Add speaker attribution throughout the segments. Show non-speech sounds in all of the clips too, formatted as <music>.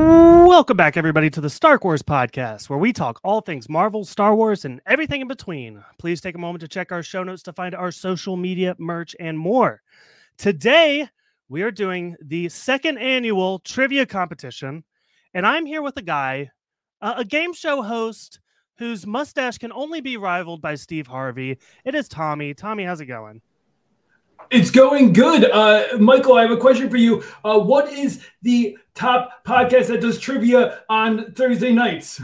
Speaker 1: Welcome back, everybody, to the Star Wars podcast, where we talk all things Marvel, Star Wars, and everything in between. Please take a moment to check our show notes to find our social media, merch, and more. Today, we are doing the second annual trivia competition, and I'm here with a guy, uh, a game show host whose mustache can only be rivaled by Steve Harvey. It is Tommy. Tommy, how's it going?
Speaker 2: It's going good. Uh, Michael, I have a question for you. Uh, what is the top podcast that does trivia on Thursday nights?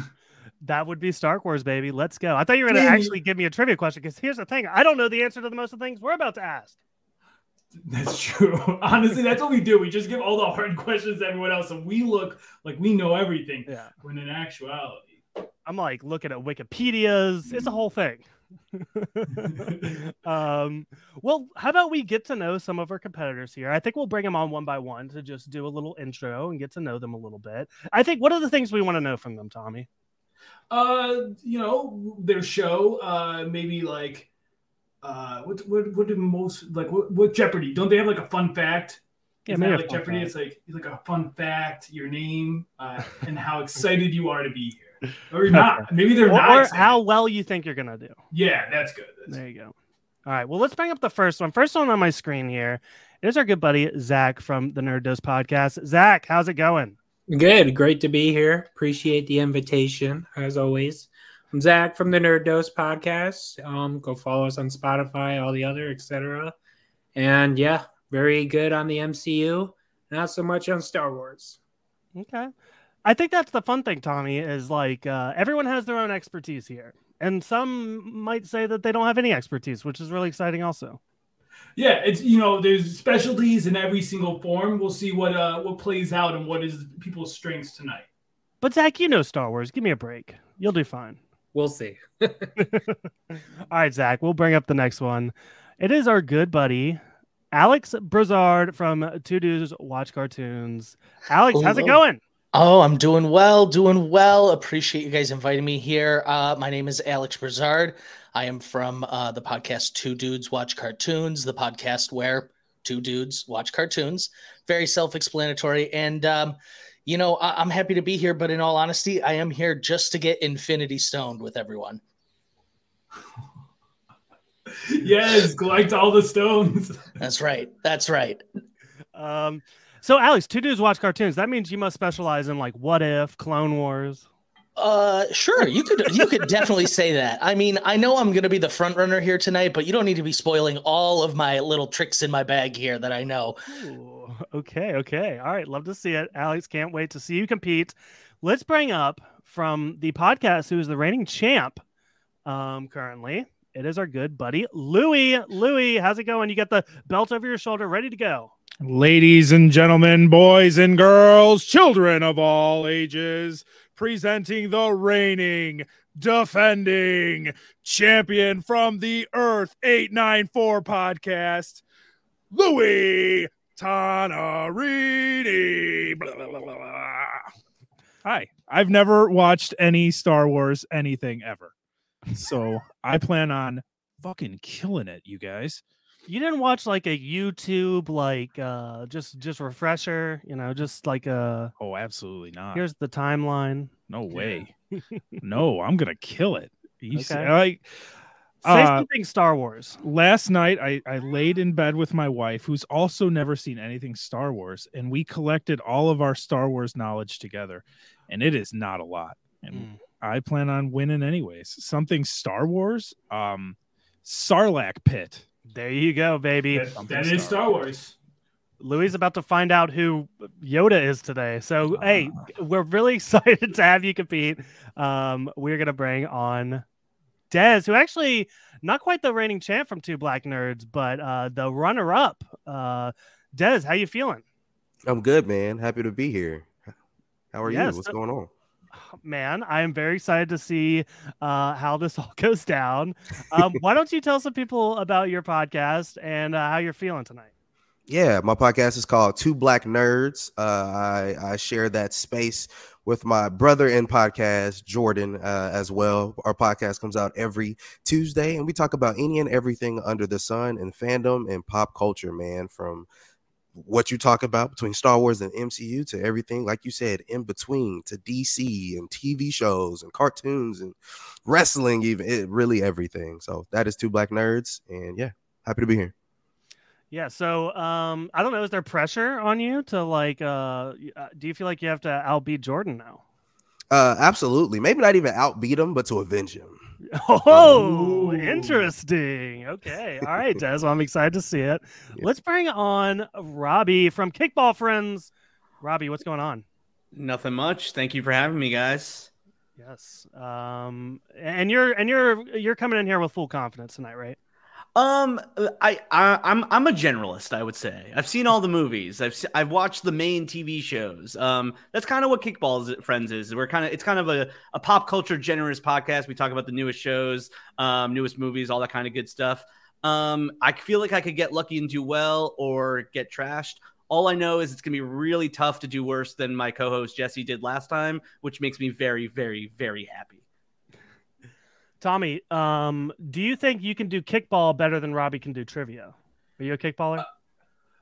Speaker 1: That would be Star Wars, baby. Let's go. I thought you were going to actually give me a trivia question because here's the thing I don't know the answer to the most of the things we're about to ask.
Speaker 2: That's true. <laughs> Honestly, that's what we do. We just give all the hard <laughs> questions to everyone else, and we look like we know everything.
Speaker 1: Yeah.
Speaker 2: When in actuality,
Speaker 1: I'm like looking at Wikipedia's,
Speaker 2: Mm.
Speaker 1: it's a whole
Speaker 2: <laughs>
Speaker 1: thing. um, well, how about we get to know some of our competitors here? I think we'll bring them on one by one to just do a little intro and get to know them a little bit. I think what are the things we want to know from them, Tommy?
Speaker 2: uh, you know, their show, uh, maybe like, uh, what what what do most like what, what Jeopardy? Don't they have like a fun fact? Isn't that
Speaker 1: maybe a
Speaker 2: like
Speaker 1: fun
Speaker 2: Jeopardy.
Speaker 1: fact.
Speaker 2: It's like it's like a fun fact, your name, uh,
Speaker 1: <laughs>
Speaker 2: and how excited you are to be here, or not. Maybe they're
Speaker 1: Or,
Speaker 2: not.
Speaker 1: or
Speaker 2: excited.
Speaker 1: how well you think you're going to do.
Speaker 2: Yeah, that's good. That's
Speaker 1: There you go. All right. Well, let's bring up the first one. First one on my screen here is our good buddy Zach from the Nerd Dose podcast. Zach, how's it going?
Speaker 3: Good. Great to be here. Appreciate the invitation, as always. I'm Zach from the Nerd Dose podcast. Um, go follow us on Spotify, all the other, etc. And yeah, very good on the MCU. Not so much on Star Wars.
Speaker 1: Okay. I think that's the fun thing, Tommy, is like uh, everyone has their own expertise here. And some might say that they don't have any expertise, which is really exciting, also.
Speaker 2: Yeah, it's you know, there's specialties in every single form. We'll see what uh what plays out and what is people's strengths tonight.
Speaker 1: But, Zach, you know Star Wars. Give me a break. You'll do fine.
Speaker 3: We'll see. <laughs>
Speaker 1: All right, Zach, we'll bring up the next one. It is our good buddy, Alex Brizard from Two Dudes Watch Cartoons. Alex, how's it
Speaker 4: Hello.
Speaker 1: going?
Speaker 4: Oh, I'm doing well, doing well. Appreciate you guys inviting me here. Uh, my name is Alex Brizard. I am from uh, the podcast Two Dudes Watch Cartoons, the podcast where two dudes watch cartoons. Very self explanatory. And, um, you know, I- I'm happy to be here, but in all honesty, I am here just to get infinity stoned with everyone.
Speaker 2: yes, collect all the stones.
Speaker 4: That's right. That's right.
Speaker 1: Um, so, Alex, Two Dudes Watch Cartoons. That means you must specialize in like What If, Clone Wars.
Speaker 4: Uh, sure. You could you could definitely say that. I mean, I know I'm gonna be the front runner here tonight, but you don't need to be spoiling all of my little tricks in my bag here that I know.
Speaker 1: Ooh, <laughs> okay, okay. All right, love to see it. Alex, can't wait to see you compete. Let's bring up from the podcast who is the reigning champ um currently. It is our good buddy Louie. Louie, how's it going? You got the belt over your shoulder, ready to go.
Speaker 5: Ladies and gentlemen, boys and girls, children of all ages, presenting the reigning, defending champion from the Earth 894 podcast, Louis Tonarini. Blah, blah, blah, blah, blah. Hi, I've never watched any Star Wars anything ever. So I plan on fucking killing it, you guys.
Speaker 1: You didn't watch like a YouTube like uh just just refresher, you know, just like uh
Speaker 5: Oh, absolutely not.
Speaker 1: here's the timeline.
Speaker 5: No way.
Speaker 1: <laughs>
Speaker 5: no, I'm gonna kill it. You s-
Speaker 1: Okay.
Speaker 5: like
Speaker 1: Say
Speaker 5: Uh,
Speaker 1: something Star Wars.
Speaker 5: last night, I I laid in bed with my wife, who's also never seen anything Star Wars, and we collected all of our Star Wars knowledge together, and it is not a lot. And
Speaker 1: Mm.
Speaker 5: I plan on winning anyways. Something Star Wars, um, Sarlacc pit.
Speaker 1: There you go, Oh, baby.
Speaker 2: That- that is Star Wars.
Speaker 1: Louis is about to find out who Yoda is today. So, hey, we're really <laughs> excited to have you compete. Um, we're going to bring on Dez, who actually not quite the reigning champ from Two Black Nerds, but uh, the runner up. Uh, Dez, how you feeling?
Speaker 6: I'm good, man. Happy to be here. How are
Speaker 1: Yes,
Speaker 6: you? What's
Speaker 1: uh,
Speaker 6: going on?
Speaker 1: Man, I am very excited to see uh, how this <laughs> all goes down. Um, why don't you tell some people about your podcast and uh, how you're feeling tonight?
Speaker 6: Yeah, my podcast is called Two Black Nerds. Uh, I I share that space with my brother in podcast Jordan uh, as well. Our podcast comes out every Tuesday, and we talk about any and everything under the sun and fandom and pop culture, man. From what you talk about between Star Wars and MCU to everything, like you said, in between to DC and TV shows and cartoons and wrestling, even it, really everything. So that is two black nerds, and yeah, happy to be here.
Speaker 1: Yeah. So um, I don't know. Is there pressure on you to like? Uh, do you feel like you have to outbeat Jordan now? <laughs>
Speaker 6: Uh, absolutely. Maybe not even outbeat him, but to avenge him.
Speaker 1: Oh, Ooh. interesting. Okay. All <laughs> right, Des. Well, I'm excited to see it. Yeah. Let's bring on Robbie from Kickball Friends. Robbie, what's going on?
Speaker 7: Nothing much. Thank you for having me, guys.
Speaker 1: Yes. Um, and you're and you're you're coming in here with full confidence tonight, right?
Speaker 7: Um, I, I I'm I'm a generalist. I would say I've seen all the movies. I've se- I've watched the main TV shows. Um, that's kind of what Kickball Friends is. We're kind of it's kind of a, a pop culture generous podcast. We talk about the newest shows, um, newest movies, all that kind of good stuff. Um, I feel like I could get lucky and do well or get trashed. All I know is it's gonna be really tough to do worse than my co-host Jesse did last time, which makes me very very very happy.
Speaker 1: Tommy, um, do you think you can do kickball better than Robbie can do trivia? Are you a kickballer? Uh,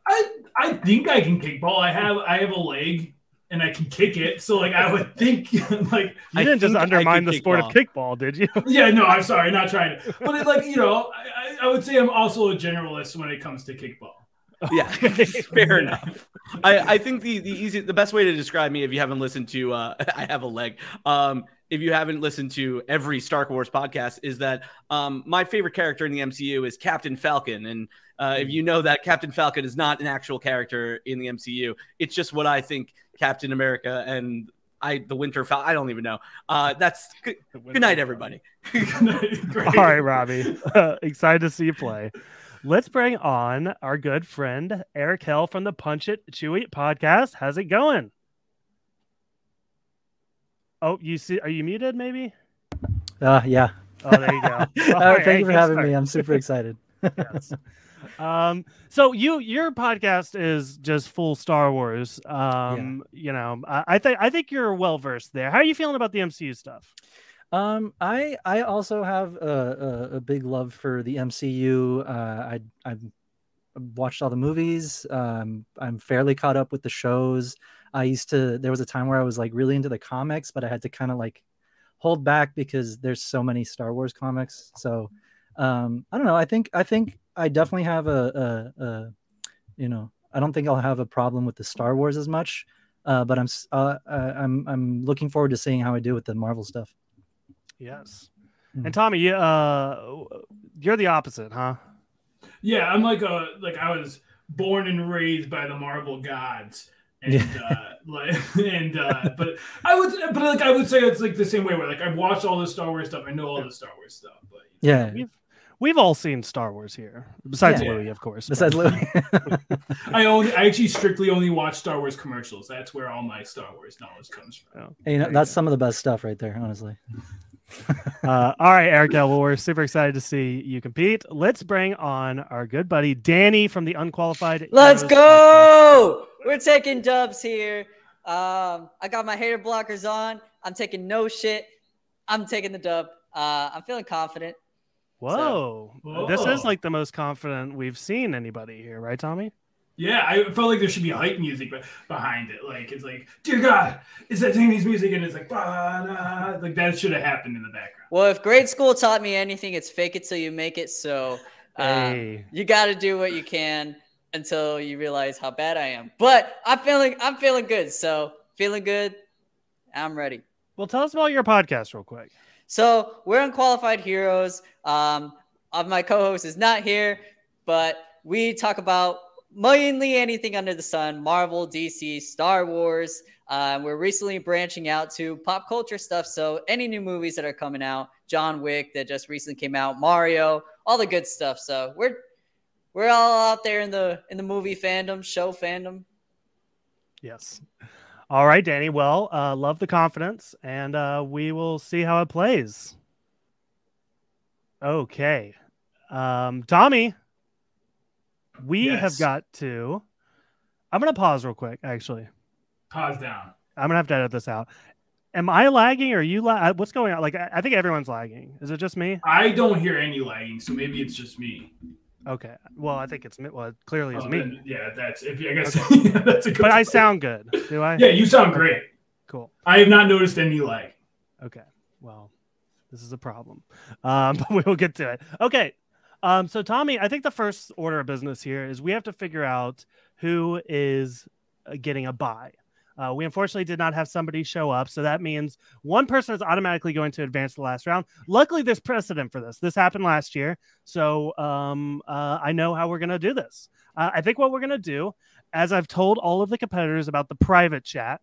Speaker 2: I I think I can kickball. I have I have a leg and I can kick it. So like I would think like
Speaker 1: you I didn't just undermine the sport ball. of kickball, did you?
Speaker 2: yeah, no, I'm sorry, not trying to. But it, like you know, I, I would say I'm also a generalist when it comes to kickball.
Speaker 7: <laughs> Yeah, fair enough. I, I think the the easy the best way to describe me if you haven't listened to uh, <laughs> I have a leg. Um, if you haven't listened to every Star Wars podcast, is that um, my favorite character in the MCU is Captain Falcon. And uh, if you know that Captain Falcon is not an actual character in the MCU, it's just what I think Captain America and I, the Winter Falcon, I don't even know. Uh, that's good, good night, everybody.
Speaker 1: good night. All right, Robbie. <laughs> Uh, excited to see you play. Let's bring on our good friend Eric Hell from the Punch It Chew It podcast. How's it going? Oh, you see, are you muted maybe?
Speaker 8: Uh, yeah.
Speaker 1: Oh, there
Speaker 8: <laughs>
Speaker 1: you go. uh,
Speaker 8: right, thank you for having start. me. I'm super excited.
Speaker 1: yes. Um, so you, your podcast is just full Star Wars. Um, yeah. you know, I, I think, I think you're well versed there. How are you feeling about the MCU stuff?
Speaker 8: Um, I, I also have a, a, a big love for the MCU. Uh, I, I've watched all the movies. Um, I'm fairly caught up with the shows. I used to there was a time where I was like really into the comics, but I had to kind of like hold back because there's so many Star Wars comics. So um, I don't know. I think I think I definitely have a, a, a, you know I don't think I'll have a problem with the Star Wars as much, uh, but I'm uh, I'm I'm looking forward to seeing how I do with the Marvel stuff.
Speaker 1: Yes. Mm-hmm. And Tommy, you, uh, you're the opposite, huh?
Speaker 2: Yeah, I'm like a like I was born and raised by the Marvel gods and uh, like, <laughs> and uh, but I would, but like I would say it's like the same way where like I've watched all the Star Wars stuff, I know all the Star Wars stuff, but
Speaker 8: yeah,
Speaker 1: we've, we've all seen Star Wars here, besides yeah. Louis, of course.
Speaker 8: Besides but. Louis,
Speaker 2: I only I actually strictly only watch Star Wars commercials. That's where all my Star Wars knowledge comes from.
Speaker 8: Hey, you know, that's some of the best stuff right there, honestly.
Speaker 1: <laughs> uh, all right, Eric. Well, we're super excited to see you compete. Let's bring on our good buddy Danny from the Unqualified.
Speaker 9: Let's Heroes go. Podcast we're taking dubs here. Um, I got my hater blockers on. I'm taking no shit. I'm taking the dub. Uh, I'm feeling confident.
Speaker 1: Whoa. So. Whoa. This is like the most confident we've seen anybody here, right, Tommy?
Speaker 2: Yeah, I felt like there should be hype music behind it. Like it's like, dear God, is that Danny's music? And it's like, bah, nah. like that should have happened in the background.
Speaker 9: Well, if grade school taught me anything, it's fake it till you make it. So uh, hey. you got to do what you can until you realize how bad I am. But I'm feeling I'm feeling good. So feeling good. I'm ready.
Speaker 1: Well, tell us about your podcast real quick.
Speaker 9: So we're unqualified heroes. Um, my co-host is not here, but we talk about mainly anything under the sun: Marvel, DC, Star Wars. Uh, we're recently branching out to pop culture stuff. So any new movies that are coming out, John Wick that just recently came out, Mario, all the good stuff. So we're we're all out there in the in the movie fandom, show fandom.
Speaker 1: Yes. All right, Danny. Well, uh, love the confidence, and uh, we will see how it plays. Okay, um, Tommy, we yes. have got to. I'm gonna pause real quick. Actually,
Speaker 2: pause down.
Speaker 1: I'm gonna have to edit this out. Am I lagging? Or are you? La- uh, What's going on? Like, I-, I think everyone's lagging. Is it just me?
Speaker 2: I don't hear any lagging, so maybe it's just me.
Speaker 1: Okay. Well, I think it's me. Well, it clearly it's
Speaker 2: Oh,
Speaker 1: me.
Speaker 2: then, yeah, that's if you, I guess
Speaker 1: Okay.
Speaker 2: yeah, <laughs> that's a good.
Speaker 1: but I
Speaker 2: point.
Speaker 1: sound good. Do I?
Speaker 2: Yeah, you sound
Speaker 1: Okay,
Speaker 2: great.
Speaker 1: Cool.
Speaker 2: I have not noticed any lag.
Speaker 1: Okay. Well, this is a problem. Um, <laughs> but we will get to it. Okay. Um, so Tommy, I think the first order of business here is we have to figure out who is uh, getting a buy. Uh, we unfortunately did not have somebody show up, so that means one person is automatically going to advance to the last round. Luckily, there's precedent for this. This happened last year, so um, uh, I know how we're going to do this. Uh, I think what we're going to do, as I've told all of the competitors about the private chat,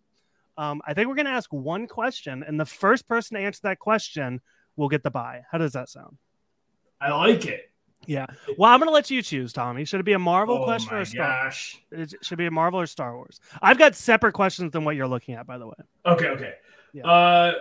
Speaker 1: um, I think we're going to ask one question, and the first person to answer that question will get the buy. How does that sound?
Speaker 2: I like it.
Speaker 1: Yeah. Well, I'm going to let you choose, Tommy. Should it be a Marvel
Speaker 2: oh
Speaker 1: question
Speaker 2: my
Speaker 1: or Star?
Speaker 2: gosh.
Speaker 1: It should be a Marvel or Star Wars. I've got separate questions than what you're looking at, by the way.
Speaker 2: Okay, okay.
Speaker 1: Yeah.
Speaker 2: Uh,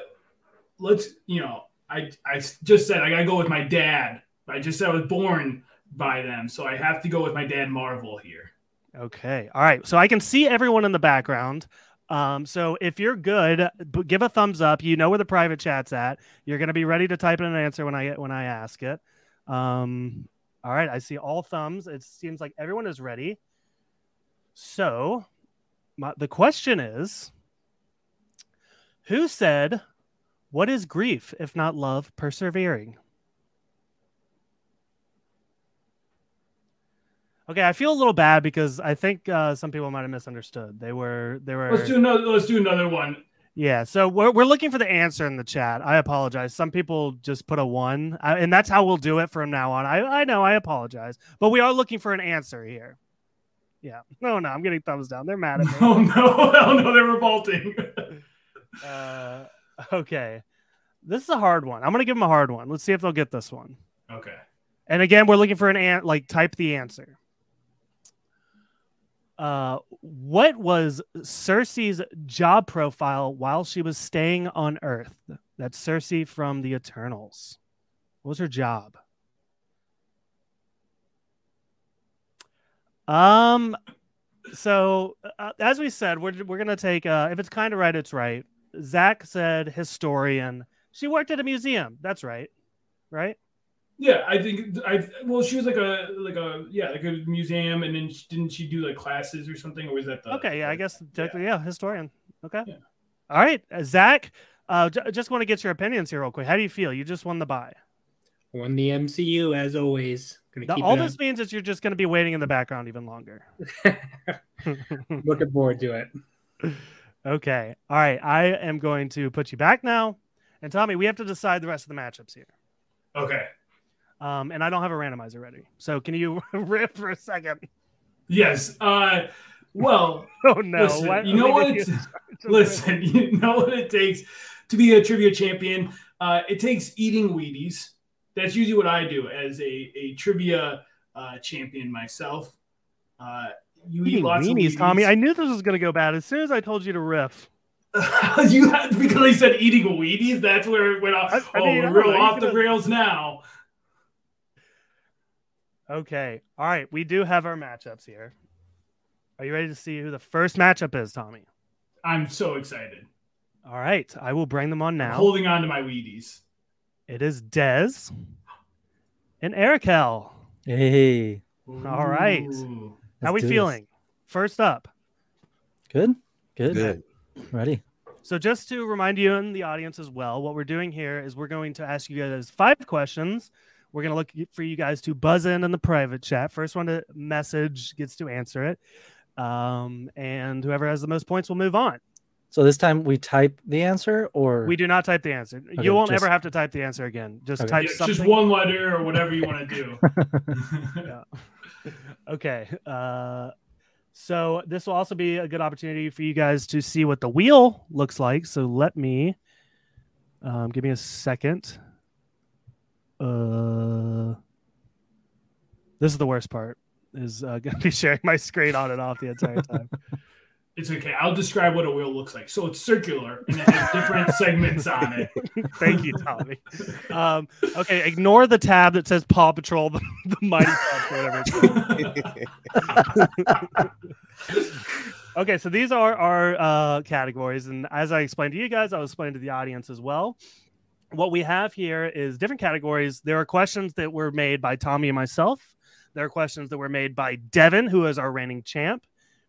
Speaker 2: let's you know, I I s- just said I gotta go with my dad. I just said I was born by them, so I have to go with my dad Marvel here.
Speaker 1: Okay. All right. So I can see everyone in the background. Um, so if you're good, b- give a thumbs up. You know where the private chat's at. You're going to be ready to type in an answer when I get when I ask it. Um, all right. I see all thumbs. It seems like everyone is ready. So my, the question is, who said, "What is grief if not love persevering?" Okay, I feel a little bad because I think uh, some people might have misunderstood. They were they were.
Speaker 2: Let's do another. Let's do another one.
Speaker 1: Yeah, so we're, we're looking for the answer in the chat. I apologize. Some people just put a one, uh, and that's how we'll do it from now on. I, I know, I apologize, but we are looking for an answer here. Yeah, no, no, I'm getting thumbs down. They're
Speaker 2: <laughs>
Speaker 1: mad at me.
Speaker 2: Oh no! Oh no! They're revolting. <laughs>
Speaker 1: Uh, okay, this is a hard one. I'm gonna give them a hard one. Let's see if they'll get this one.
Speaker 2: okay.
Speaker 1: And again, we're looking for an an like type the answer. Uh, what was Cersei's job profile while she was staying on Earth? That's Cersei from the Eternals. What was her job? Um, so uh, as we said, we're we're gonna take uh, if it's kind of right, it's right. Zach said historian. She worked at a museum. That's right, right?
Speaker 2: Yeah, I think I. Well, she was like a like a yeah like a museum, and then she, didn't she do like classes or something, or was that the?
Speaker 1: Okay, yeah, I guess technically, yeah, historian. Okay.
Speaker 2: Yeah.
Speaker 1: All right, uh, Zach. Uh, j- just want to get your opinions here real quick. How do you feel? You just won the buy.
Speaker 3: Won the MCU as always. Gonna
Speaker 1: The-
Speaker 3: keep
Speaker 1: all
Speaker 3: it
Speaker 1: this means is you're just going to be waiting in the background even longer.
Speaker 3: up. <laughs> Looking forward to it.
Speaker 1: okay. All right. I am going to put you back now. And Tommy, we have to decide the rest of the matchups here.
Speaker 2: Okay.
Speaker 1: Um, and I don't have a randomizer ready. So can you <laughs> rip for a second?
Speaker 2: Yes. Uh. Well,
Speaker 1: <laughs> Oh no!
Speaker 2: listen.
Speaker 1: Why-
Speaker 2: you
Speaker 1: <laughs>
Speaker 2: know
Speaker 1: we
Speaker 2: what?
Speaker 1: did
Speaker 2: <laughs> It's,
Speaker 1: you-
Speaker 2: listen. You know what it takes to be a trivia champion. Uh, it takes eating Wheaties. That's usually what I do as a a trivia uh, champion myself. Uh, you eat
Speaker 1: Eating
Speaker 2: lots of
Speaker 1: weenies,
Speaker 2: Wheaties.
Speaker 1: Tommy. I knew this was going to go bad as soon as I told you to riff.
Speaker 2: you had because I said eating Wheaties. That's where it went off.
Speaker 1: I- I
Speaker 2: oh,
Speaker 1: mean, I don't
Speaker 2: we're real
Speaker 1: know, you
Speaker 2: off the
Speaker 1: could've-
Speaker 2: rails now.
Speaker 1: Okay. All right. We do have our matchups here. Are you ready to see who the first matchup is, Tommy?
Speaker 2: I'm so excited.
Speaker 1: All right. I will bring them on now.
Speaker 2: Holding on to my Wheaties.
Speaker 1: It is Dez and Eric Hell.
Speaker 8: Hey,
Speaker 1: All right.
Speaker 2: Ooh.
Speaker 1: How
Speaker 8: Let's
Speaker 1: we
Speaker 8: do this.
Speaker 1: feeling? First up.
Speaker 8: good, good,
Speaker 6: Good.
Speaker 8: ready.
Speaker 1: So just to remind you and the audience as well, what we're doing here is we're going to ask you guys five questions. We're going to look for you guys to buzz in in the private chat. First one to message gets to answer it. Um, and whoever has the most points will move on.
Speaker 8: So this time we type the answer, or
Speaker 1: We do not type the answer.
Speaker 8: Okay,
Speaker 1: you won't
Speaker 8: just-
Speaker 1: ever have to type the answer again. Just
Speaker 8: Okay.
Speaker 1: type
Speaker 2: Yeah,
Speaker 1: something.
Speaker 2: just one letter or whatever you want to
Speaker 8: <laughs>
Speaker 2: do.
Speaker 1: <laughs> okay. Uh, so this will also be a good opportunity for you guys to see what the wheel looks like. So let me um, give me a second. Uh, this is the worst part. Is uh, <laughs> going to be sharing my screen on and off the entire time.
Speaker 2: It's okay. I'll describe what a wheel looks like. So it's circular and it has
Speaker 1: <laughs>
Speaker 2: different segments on it.
Speaker 1: Thank you, Tommy. Um, okay, ignore the tab that says Paw Patrol, <laughs> the, the Mighty Paw Patrol, whatever. It's called. Okay, so these are our uh, categories, and as I explained to you guys, I will explain to the audience as well. What we have here is different categories. There are questions that were made by Tommy and myself. There are questions that were made by Devin, who is our reigning champ.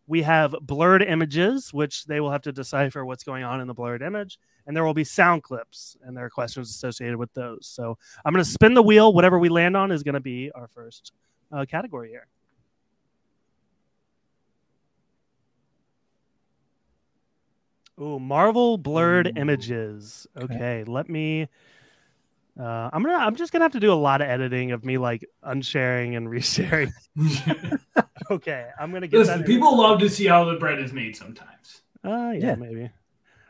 Speaker 1: We have blurred images, which they will have to decipher what's going on in the blurred image. And there will be sound clips, and there are questions associated with those. So I'm going to spin the wheel. Whatever we land on is going to be our first uh, category here. Ooh, Marvel blurred images. Okay. let me. Uh, I'm gonna. I'm just gonna have to do a lot of editing of me like unsharing and <laughs> resharing. okay, I'm gonna get
Speaker 2: Listen,
Speaker 1: that.
Speaker 2: people love to see how the bread is made sometimes.
Speaker 1: Uh, yeah,
Speaker 8: Yeah.
Speaker 1: maybe.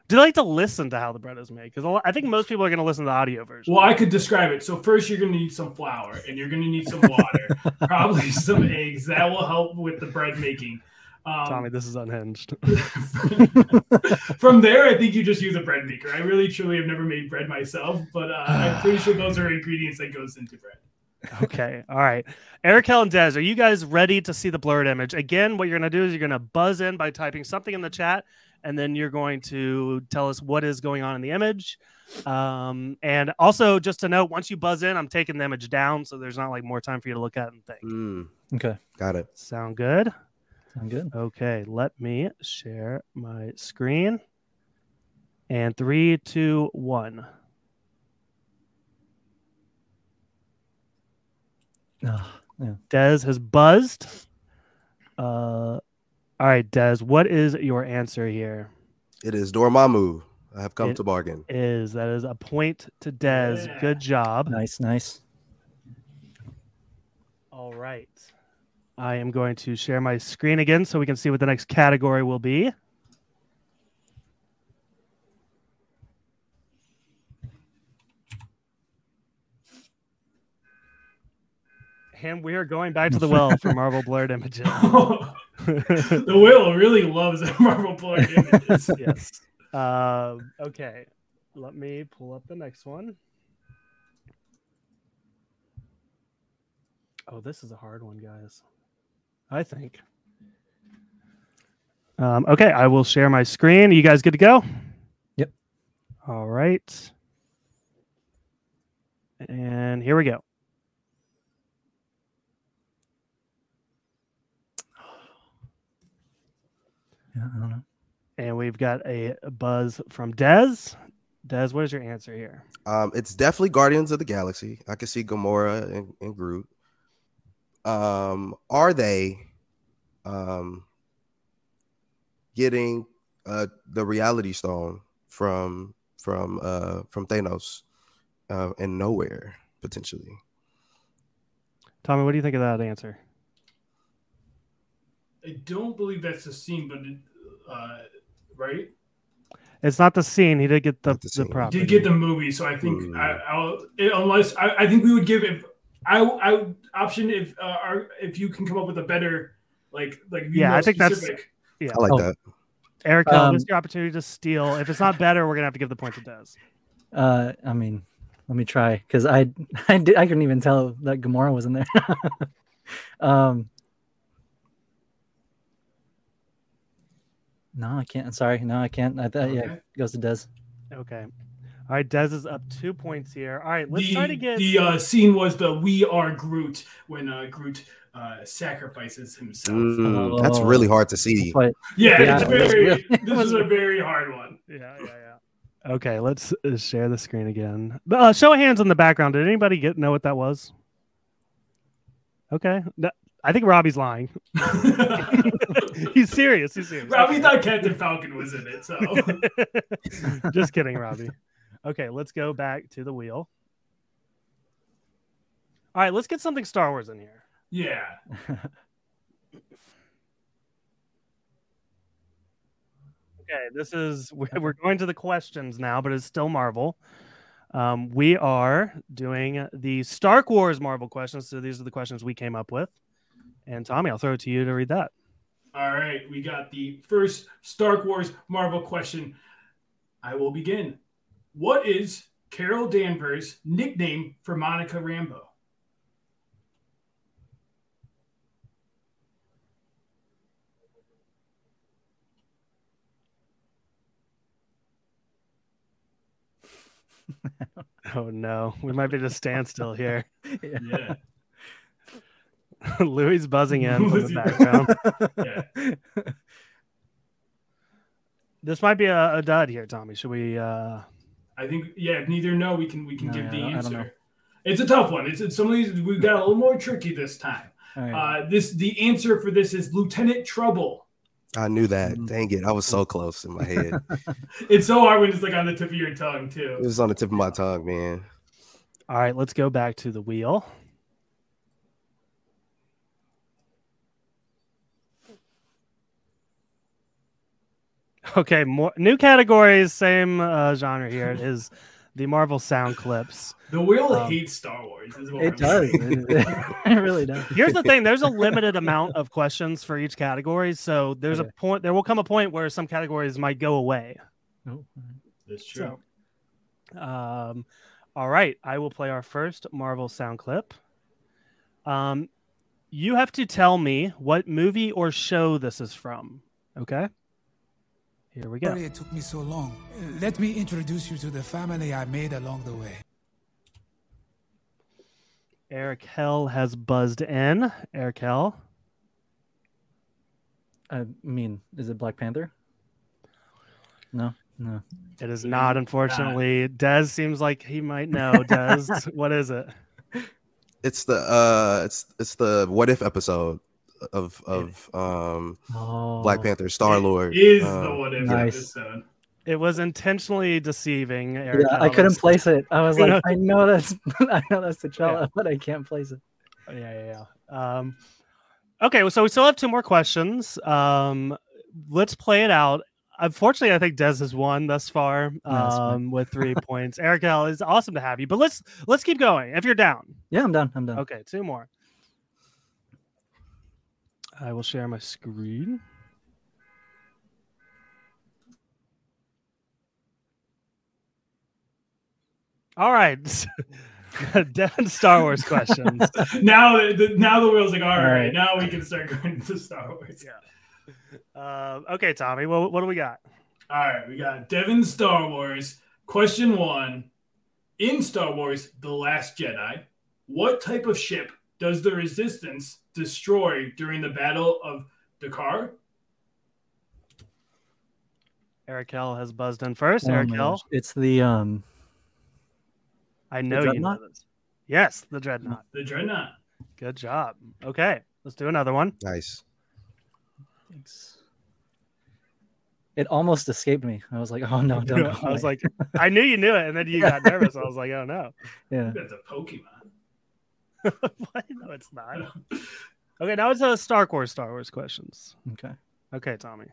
Speaker 1: Do they like to listen to how the bread is made? Because I think most people are going to listen to the audio version.
Speaker 2: Well, I could describe it. So first, you're gonna need some flour, and you're gonna need some water,
Speaker 1: <laughs>
Speaker 2: probably some eggs. That will help with the bread making. Um,
Speaker 1: Tommy, this is
Speaker 2: <laughs>
Speaker 1: unhinged. <laughs>
Speaker 2: from there, I think you just use a bread maker. I really, truly have never made bread myself, but uh,
Speaker 1: <sighs>
Speaker 2: I'm pretty sure those are ingredients that goes into bread.
Speaker 1: okay, all right. Eric Hell and Dez, are you guys ready to see the blurred image? Again, what you're going to do is you're going to buzz in by typing something in the chat, and then you're going to tell us what is going on in the image. Um, and also, just to note, once you buzz in, I'm taking the image down, so there's not like more time for you to look at and think.
Speaker 6: Mm,
Speaker 8: Okay,
Speaker 6: got it.
Speaker 1: Sound good?
Speaker 8: I'm good.
Speaker 1: Okay, let me share my screen. And three, two, one.
Speaker 8: Ugh, Ah, yeah.
Speaker 1: Dez has buzzed. Uh, all right, Dez, what is your answer here?
Speaker 6: It is Dormammu. I have come
Speaker 1: It-
Speaker 6: to bargain.
Speaker 1: Is that is a point to Dez?
Speaker 2: Yeah.
Speaker 1: Good job.
Speaker 8: Nice, nice.
Speaker 1: All right. I am going to share my screen again so we can see what the next category will be. And we are going back to the well for Marvel Blurred
Speaker 2: <laughs>
Speaker 1: Images.
Speaker 2: the whale really loves <laughs> Marvel Plug
Speaker 1: <laughs>
Speaker 2: images.
Speaker 1: yes. Uh, okay. Let me pull up the next one. Oh, this is a hard one, guys. I think. Um, okay, I will share my screen. you guys good to go?
Speaker 8: Yep.
Speaker 1: All right. And here we go.
Speaker 8: Yeah, I don't know.
Speaker 1: And we've got a buzz from Dez. Dez, what is your answer here?
Speaker 6: Um, it's definitely Guardians of the Galaxy. I can see Gamora and, and Groot. Um, are they um, getting uh, the Reality Stone from from uh, from Thanos uh, and nowhere potentially?
Speaker 1: Tommy, what do you think of that answer?
Speaker 2: I don't believe that's the scene, but it, uh, right?
Speaker 1: It's not the scene. He did get the,
Speaker 6: Not the
Speaker 1: the,
Speaker 6: scene.
Speaker 1: property.
Speaker 2: Did get the movie, so I think
Speaker 6: Hmm.
Speaker 2: I, I'll it, unless I, I think we would give if I I would option if uh, our, if you can come up with a better like like be
Speaker 1: Yeah,
Speaker 2: more
Speaker 1: I think that's-
Speaker 2: specific.
Speaker 6: I like
Speaker 8: Oh.
Speaker 6: that.
Speaker 1: Eric, Hill,
Speaker 8: Um,
Speaker 1: this is your opportunity to steal. If it's not better, we're gonna have to give the point to Dez.
Speaker 8: Uh, I mean, let me try because I <laughs> I, did, I couldn't even tell that Gamora was in there. <laughs> um, no, I can't. I'm sorry, no, I can't. I thought yeah,
Speaker 2: Okay.
Speaker 8: it goes to Des.
Speaker 1: Okay. All right, Dez is up two points here. All right, let's
Speaker 2: the
Speaker 1: try to get.
Speaker 2: the uh, scene was the "We Are Groot" when uh, Groot uh, sacrifices himself.
Speaker 1: Hmm.
Speaker 6: Mm, that's really hard to see.
Speaker 8: But
Speaker 2: Yeah,
Speaker 8: Yeah,
Speaker 2: it's
Speaker 8: that's
Speaker 2: very.
Speaker 8: really-
Speaker 2: this is a very hard one.
Speaker 1: yeah, yeah, yeah. Okay, let's uh, share the screen again. Uh, show of hands in the background. Did anybody get know what that was? Okay, No, I think Robbie's
Speaker 2: <laughs>
Speaker 1: lying. <laughs> he's serious. He's serious.
Speaker 2: Robbie thought Captain Falcon was in it, so
Speaker 1: <laughs> Just kidding, Robbie. Okay, let's go back to the wheel. All right, let's get something Star Wars in here.
Speaker 2: yeah.
Speaker 1: Okay, this is we're, we're going to the questions now, but it's still Marvel. Um, we are doing the Stark Wars Marvel questions. So these are the questions we came up with. And Tommy, I'll throw it to you to read that.
Speaker 2: All right, we got the first Star Wars Marvel question. I will begin. What is Carol Danvers' nickname for Monica Rambo?
Speaker 1: <laughs> Oh no, we might be at a standstill here. <laughs>
Speaker 8: yeah.
Speaker 2: Yeah.
Speaker 1: Louis buzzing <laughs> in from the
Speaker 2: Louis-
Speaker 1: background. <laughs> This might be a, a dud here, Tommy. Should we? uh
Speaker 2: I think yeah. If neither know, we can we can
Speaker 1: No,
Speaker 2: give
Speaker 1: yeah,
Speaker 2: the
Speaker 1: I don't- I don't know.
Speaker 2: answer. It's a tough one. It's, it's some of these we got a little more tricky this time.
Speaker 1: Oh,
Speaker 8: All right.
Speaker 2: Uh, this the answer for this is Lieutenant Trouble.
Speaker 6: I knew that. Dang it. I was so close in my head.
Speaker 2: It's so hard when it's like on the tip of your tongue too.
Speaker 6: it was on the tip of my tongue, man.
Speaker 1: All right, let's go back to the wheel. Okay, more new categories, same uh, genre here. It is the Marvel sound clips.
Speaker 2: The wheel
Speaker 1: Um,
Speaker 2: hates Star Wars. Is what
Speaker 8: It
Speaker 2: I'm
Speaker 8: does. <laughs>
Speaker 2: saying.
Speaker 8: It, it really does.
Speaker 1: <laughs> Here's the thing: there's a limited amount of questions for each category, so there's
Speaker 8: Okay.
Speaker 1: a point. There will come a point where some categories might go away.
Speaker 8: Oh,
Speaker 2: That's true.
Speaker 1: So, um, all right, I will play our first Marvel sound clip. Um, you have to tell me what movie or show this is from. Okay. Here we go.
Speaker 10: Sorry it took me so long. Uh, Let me introduce you to the family I made along the way.
Speaker 1: Eric Hell has buzzed in. Eric Hell.
Speaker 8: I mean, is it Black Panther? No, no.
Speaker 1: It is not, unfortunately. Dez seems like he might <laughs> know. Dez, what is it?
Speaker 6: It's the uh it's it's the what if episode of of um
Speaker 8: Oh,
Speaker 6: Black Panther Star Lord.
Speaker 2: It Is the
Speaker 6: um,
Speaker 2: what if
Speaker 8: nice.
Speaker 2: episode.
Speaker 1: It was intentionally deceiving. Eric
Speaker 8: Yeah, I
Speaker 1: Hell.
Speaker 8: couldn't place it. I was
Speaker 1: Yeah. <laughs>
Speaker 8: like, I know that's, <laughs> I know that's T'Challa, but I can't place it.
Speaker 1: Oh, Yeah, yeah, yeah. Um, okay, well, so we still have two more questions. Um, let's play it out. Unfortunately, I think Des has won thus far
Speaker 8: that's fine.
Speaker 1: um, with three <laughs> points. Eric L, it's awesome to have you, but let's let's keep going. If you're down,
Speaker 8: Yeah, I'm done. I'm done.
Speaker 1: okay, two more. I will share my screen. All right, Devin Star Wars questions.
Speaker 2: <laughs> Now the, the- now the wheel's like all right,
Speaker 8: right.
Speaker 2: Now we can start going to Star Wars.
Speaker 1: Uh, okay, Tommy, what, what do we got?
Speaker 2: All right, we got Devin Star Wars. Question one In Star Wars The Last Jedi, what type of ship does the Resistance destroy during the Battle of Dakar?
Speaker 1: Eric Hell has buzzed in first.
Speaker 8: Oh
Speaker 1: Eric
Speaker 8: my
Speaker 1: Hell,
Speaker 8: gosh. It's the um.
Speaker 1: I know you know
Speaker 8: Dreadnought?
Speaker 1: this. Yes, the Dreadnought.
Speaker 2: The Dreadnought.
Speaker 1: Good job. Okay, let's do another one.
Speaker 6: Nice.
Speaker 8: Thanks. It almost escaped me. I was like, <laughs> oh no, don't. go
Speaker 1: <laughs> I was
Speaker 8: away.
Speaker 1: like, I knew you knew it, and then you got nervous. I was like, oh no.
Speaker 8: yeah.
Speaker 2: That's a Pokemon.
Speaker 1: <laughs> what? No, it's not. Okay, now it's a Star Wars Star Wars questions.
Speaker 8: Okay.
Speaker 1: Okay, Tommy.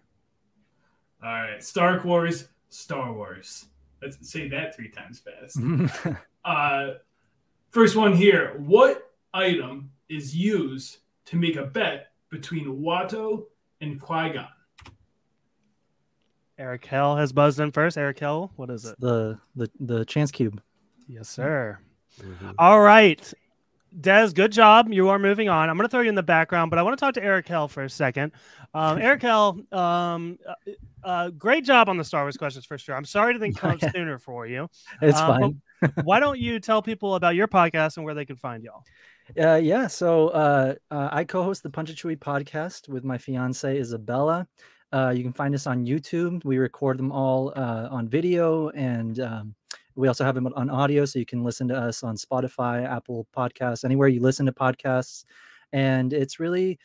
Speaker 2: All right, Star Wars, Star Wars. Let's say that three times fast. Uh, first one here. What item is used to make a bet between Watto and Qui Gon?
Speaker 1: Eric Hell has buzzed in first. Eric Hell, what is it?
Speaker 8: the the <laughs> the chance cube.
Speaker 1: Yes, sir.
Speaker 6: Mhm.
Speaker 1: All right. Des, good job. You are moving on. I'm going to throw you in the background, but I want to talk to Eric Hell for a second.
Speaker 8: <laughs>
Speaker 1: Um, Eric Hell, um, uh, uh, great job on the Star Wars questions for sure. I'm sorry to
Speaker 8: <laughs>
Speaker 1: think come
Speaker 8: Yeah.
Speaker 1: sooner for you.
Speaker 8: It's
Speaker 1: Um,
Speaker 8: fine.
Speaker 1: Why don't you tell people about your podcast and where they can find y'all?
Speaker 8: Uh, yeah, so uh, uh, I co-host the Punchatui podcast with my fiance Isabella. Uh, you can find us on YouTube. We record them all uh, on video, and um, we also have them on audio, so you can listen to us on Spotify, Apple Podcasts, anywhere you listen to podcasts. And it's really,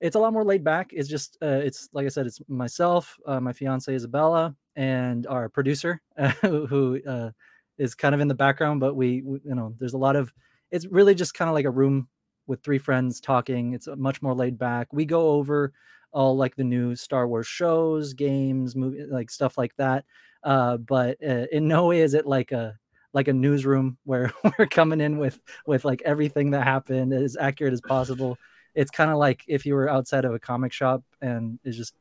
Speaker 8: it's a lot more laid back. It's just, uh, it's like I said, it's myself, uh, my fiance Isabella, and our producer, <laughs> who uh, is kind of in the background. But we, we, you know, there's a lot of it's really just kind of like a room with three friends talking. It's uh, much more laid back. We go over all like the new Star Wars shows, games, movie, like stuff like that. Uh, but uh, in no way is it like a like a newsroom where <laughs> we're coming in with with like everything that happened as accurate as possible. It's kind of like if you were outside of a comic shop and it's just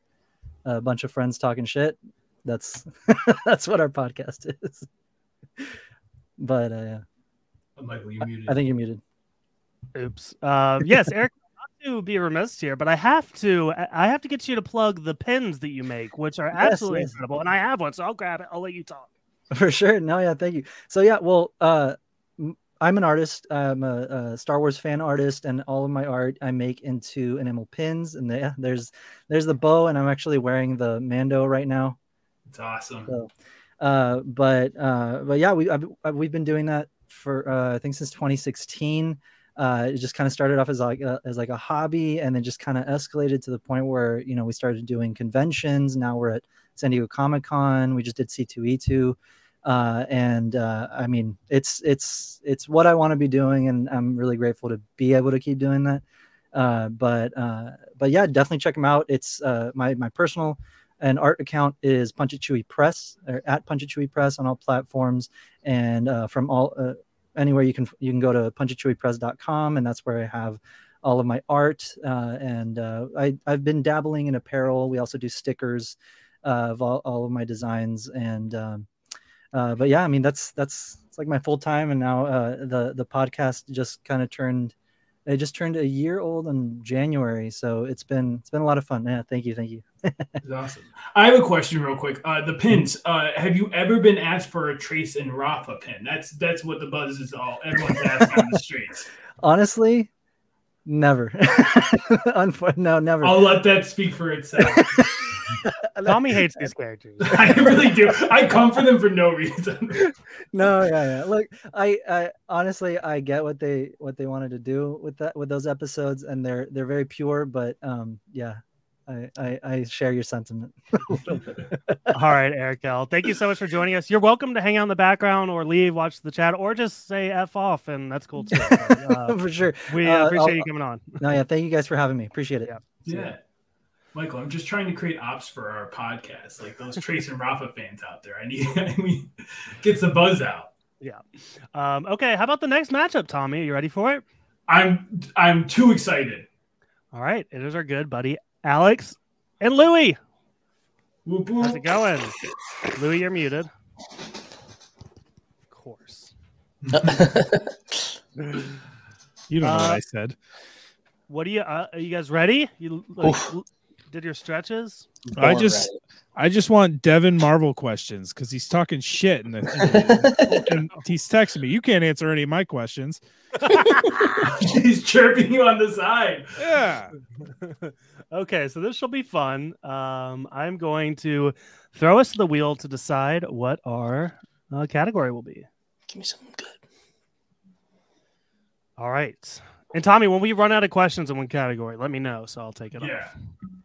Speaker 8: a bunch of friends talking shit. That's <laughs> that's what our podcast is. But uh, yeah.
Speaker 2: Oh, Michael, you muted.
Speaker 8: I think you're muted. <laughs>
Speaker 1: Oops. Uh, yes, Eric. Not to be remiss here, but I have to. I- I have to get you to plug the pins that you make, which are
Speaker 8: Yes,
Speaker 1: absolutely
Speaker 8: yes.
Speaker 1: incredible. And I have one, so I'll grab it. I'll let you talk.
Speaker 8: for sure no yeah thank you so yeah well uh m- I'm an artist. I'm a, a Star Wars fan artist, and all of my art I make into enamel pins. And the, there's there's the bow, and I'm actually wearing the Mando right now.
Speaker 2: It's awesome.
Speaker 8: So, uh, but uh, but yeah, we I've, I've- we've been doing that for uh, I think since 2016. Uh, it just kind of started off as like a, as like a hobby, and then just kind of escalated to the point where you know we started doing conventions. Now we're at San Diego Comic Con. We just did E C2E2, uh, and uh, I mean it's it's it's what I want to be doing, and I'm really grateful to be able to keep doing that. Uh, but uh, but yeah, definitely check them out. It's uh, my my personal and art account is Punchachui Press or at Punchachui Press on all platforms and uh, from all uh, anywhere you can you can go to punchachuipress.com and that's where I have all of my art uh, and uh, I I've been dabbling in apparel. We also do stickers uh, of all, all of my designs and um, uh, but yeah, I mean that's that's it's like my full time and now uh, the the podcast just kind of turned. It just turned a year old in January, so it's been it's been a lot of fun. Yeah, thank you, thank you. <laughs>
Speaker 2: It's awesome. I have a question real quick. Uh, the pins. Uh, have you ever been asked for a Trace and Rafa pin? That's that's what the buzz is all. Everyone's asking on the streets.
Speaker 8: Honestly, never. <laughs> Unfor- no, never.
Speaker 2: I'll let that speak for itself.
Speaker 1: <laughs> Tommy hates these characters.
Speaker 2: <laughs> I really do. I come for them for no reason.
Speaker 8: <laughs> no, yeah, yeah. Look, I, I honestly I get what they what they wanted to do with that with those episodes, and they're they're very pure. But um, yeah, I I, I share your sentiment. <laughs>
Speaker 1: <laughs> All right, Eric L. Thank you so much for joining us. You're welcome to hang out in the background or leave, watch the chat, or just say F off, and that's
Speaker 8: <laughs>
Speaker 1: cool too. Uh,
Speaker 8: for sure.
Speaker 1: we
Speaker 8: Uh,
Speaker 1: appreciate
Speaker 8: I'll-
Speaker 1: you coming on.
Speaker 8: No, yeah, thank you guys for having me. Appreciate it.
Speaker 2: Yeah. Michael, I'm just trying to create ops for our podcast. Like those Trace and Rafa fans out there. I need <laughs> I mean, gets the buzz out.
Speaker 1: Yeah. Um, okay, how about the next matchup, Tommy? you ready for it?
Speaker 2: I'm I'm too excited.
Speaker 1: All right, it is our good buddy Alex and Louie.
Speaker 2: Whoop,
Speaker 1: How's
Speaker 2: whoop.
Speaker 1: it going? Louie, you're muted. Of course.
Speaker 5: You don't know what
Speaker 1: Uh,
Speaker 5: I said.
Speaker 1: What do you? Uh, are you guys ready? You like, l- did your stretches?
Speaker 5: I just I just want Devin Marvel questions because he's talking shit in the and he's texting me. You can't answer any of my questions.
Speaker 2: He's chirping you on the side.
Speaker 5: Yeah.
Speaker 1: <laughs> okay, so this shall be fun. Um, I'm going to throw us the wheel to decide what our uh, category will be.
Speaker 4: Give me something good.
Speaker 1: All right. And Tommy, when we run out of questions in one category, let me know so I'll take it
Speaker 2: Yeah.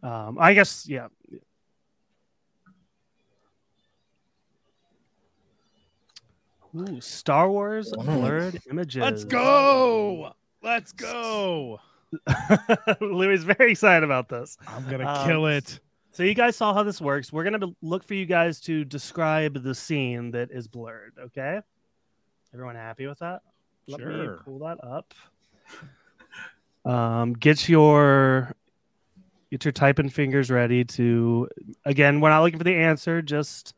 Speaker 1: off. Um, I guess, yeah. Ooh, Star Wars blurred images.
Speaker 5: Let's go. Let's go.
Speaker 1: <laughs> Louis is very excited about this.
Speaker 5: I'm gonna
Speaker 1: Um,
Speaker 5: kill it.
Speaker 1: So you guys saw how this works. We're gonna be- look for you guys to describe the scene that is blurred. Okay. Everyone happy with that? Let me
Speaker 5: Sure.
Speaker 1: pull that up. Um, get your get your typing fingers ready to. Again, we're not looking for the answer. Just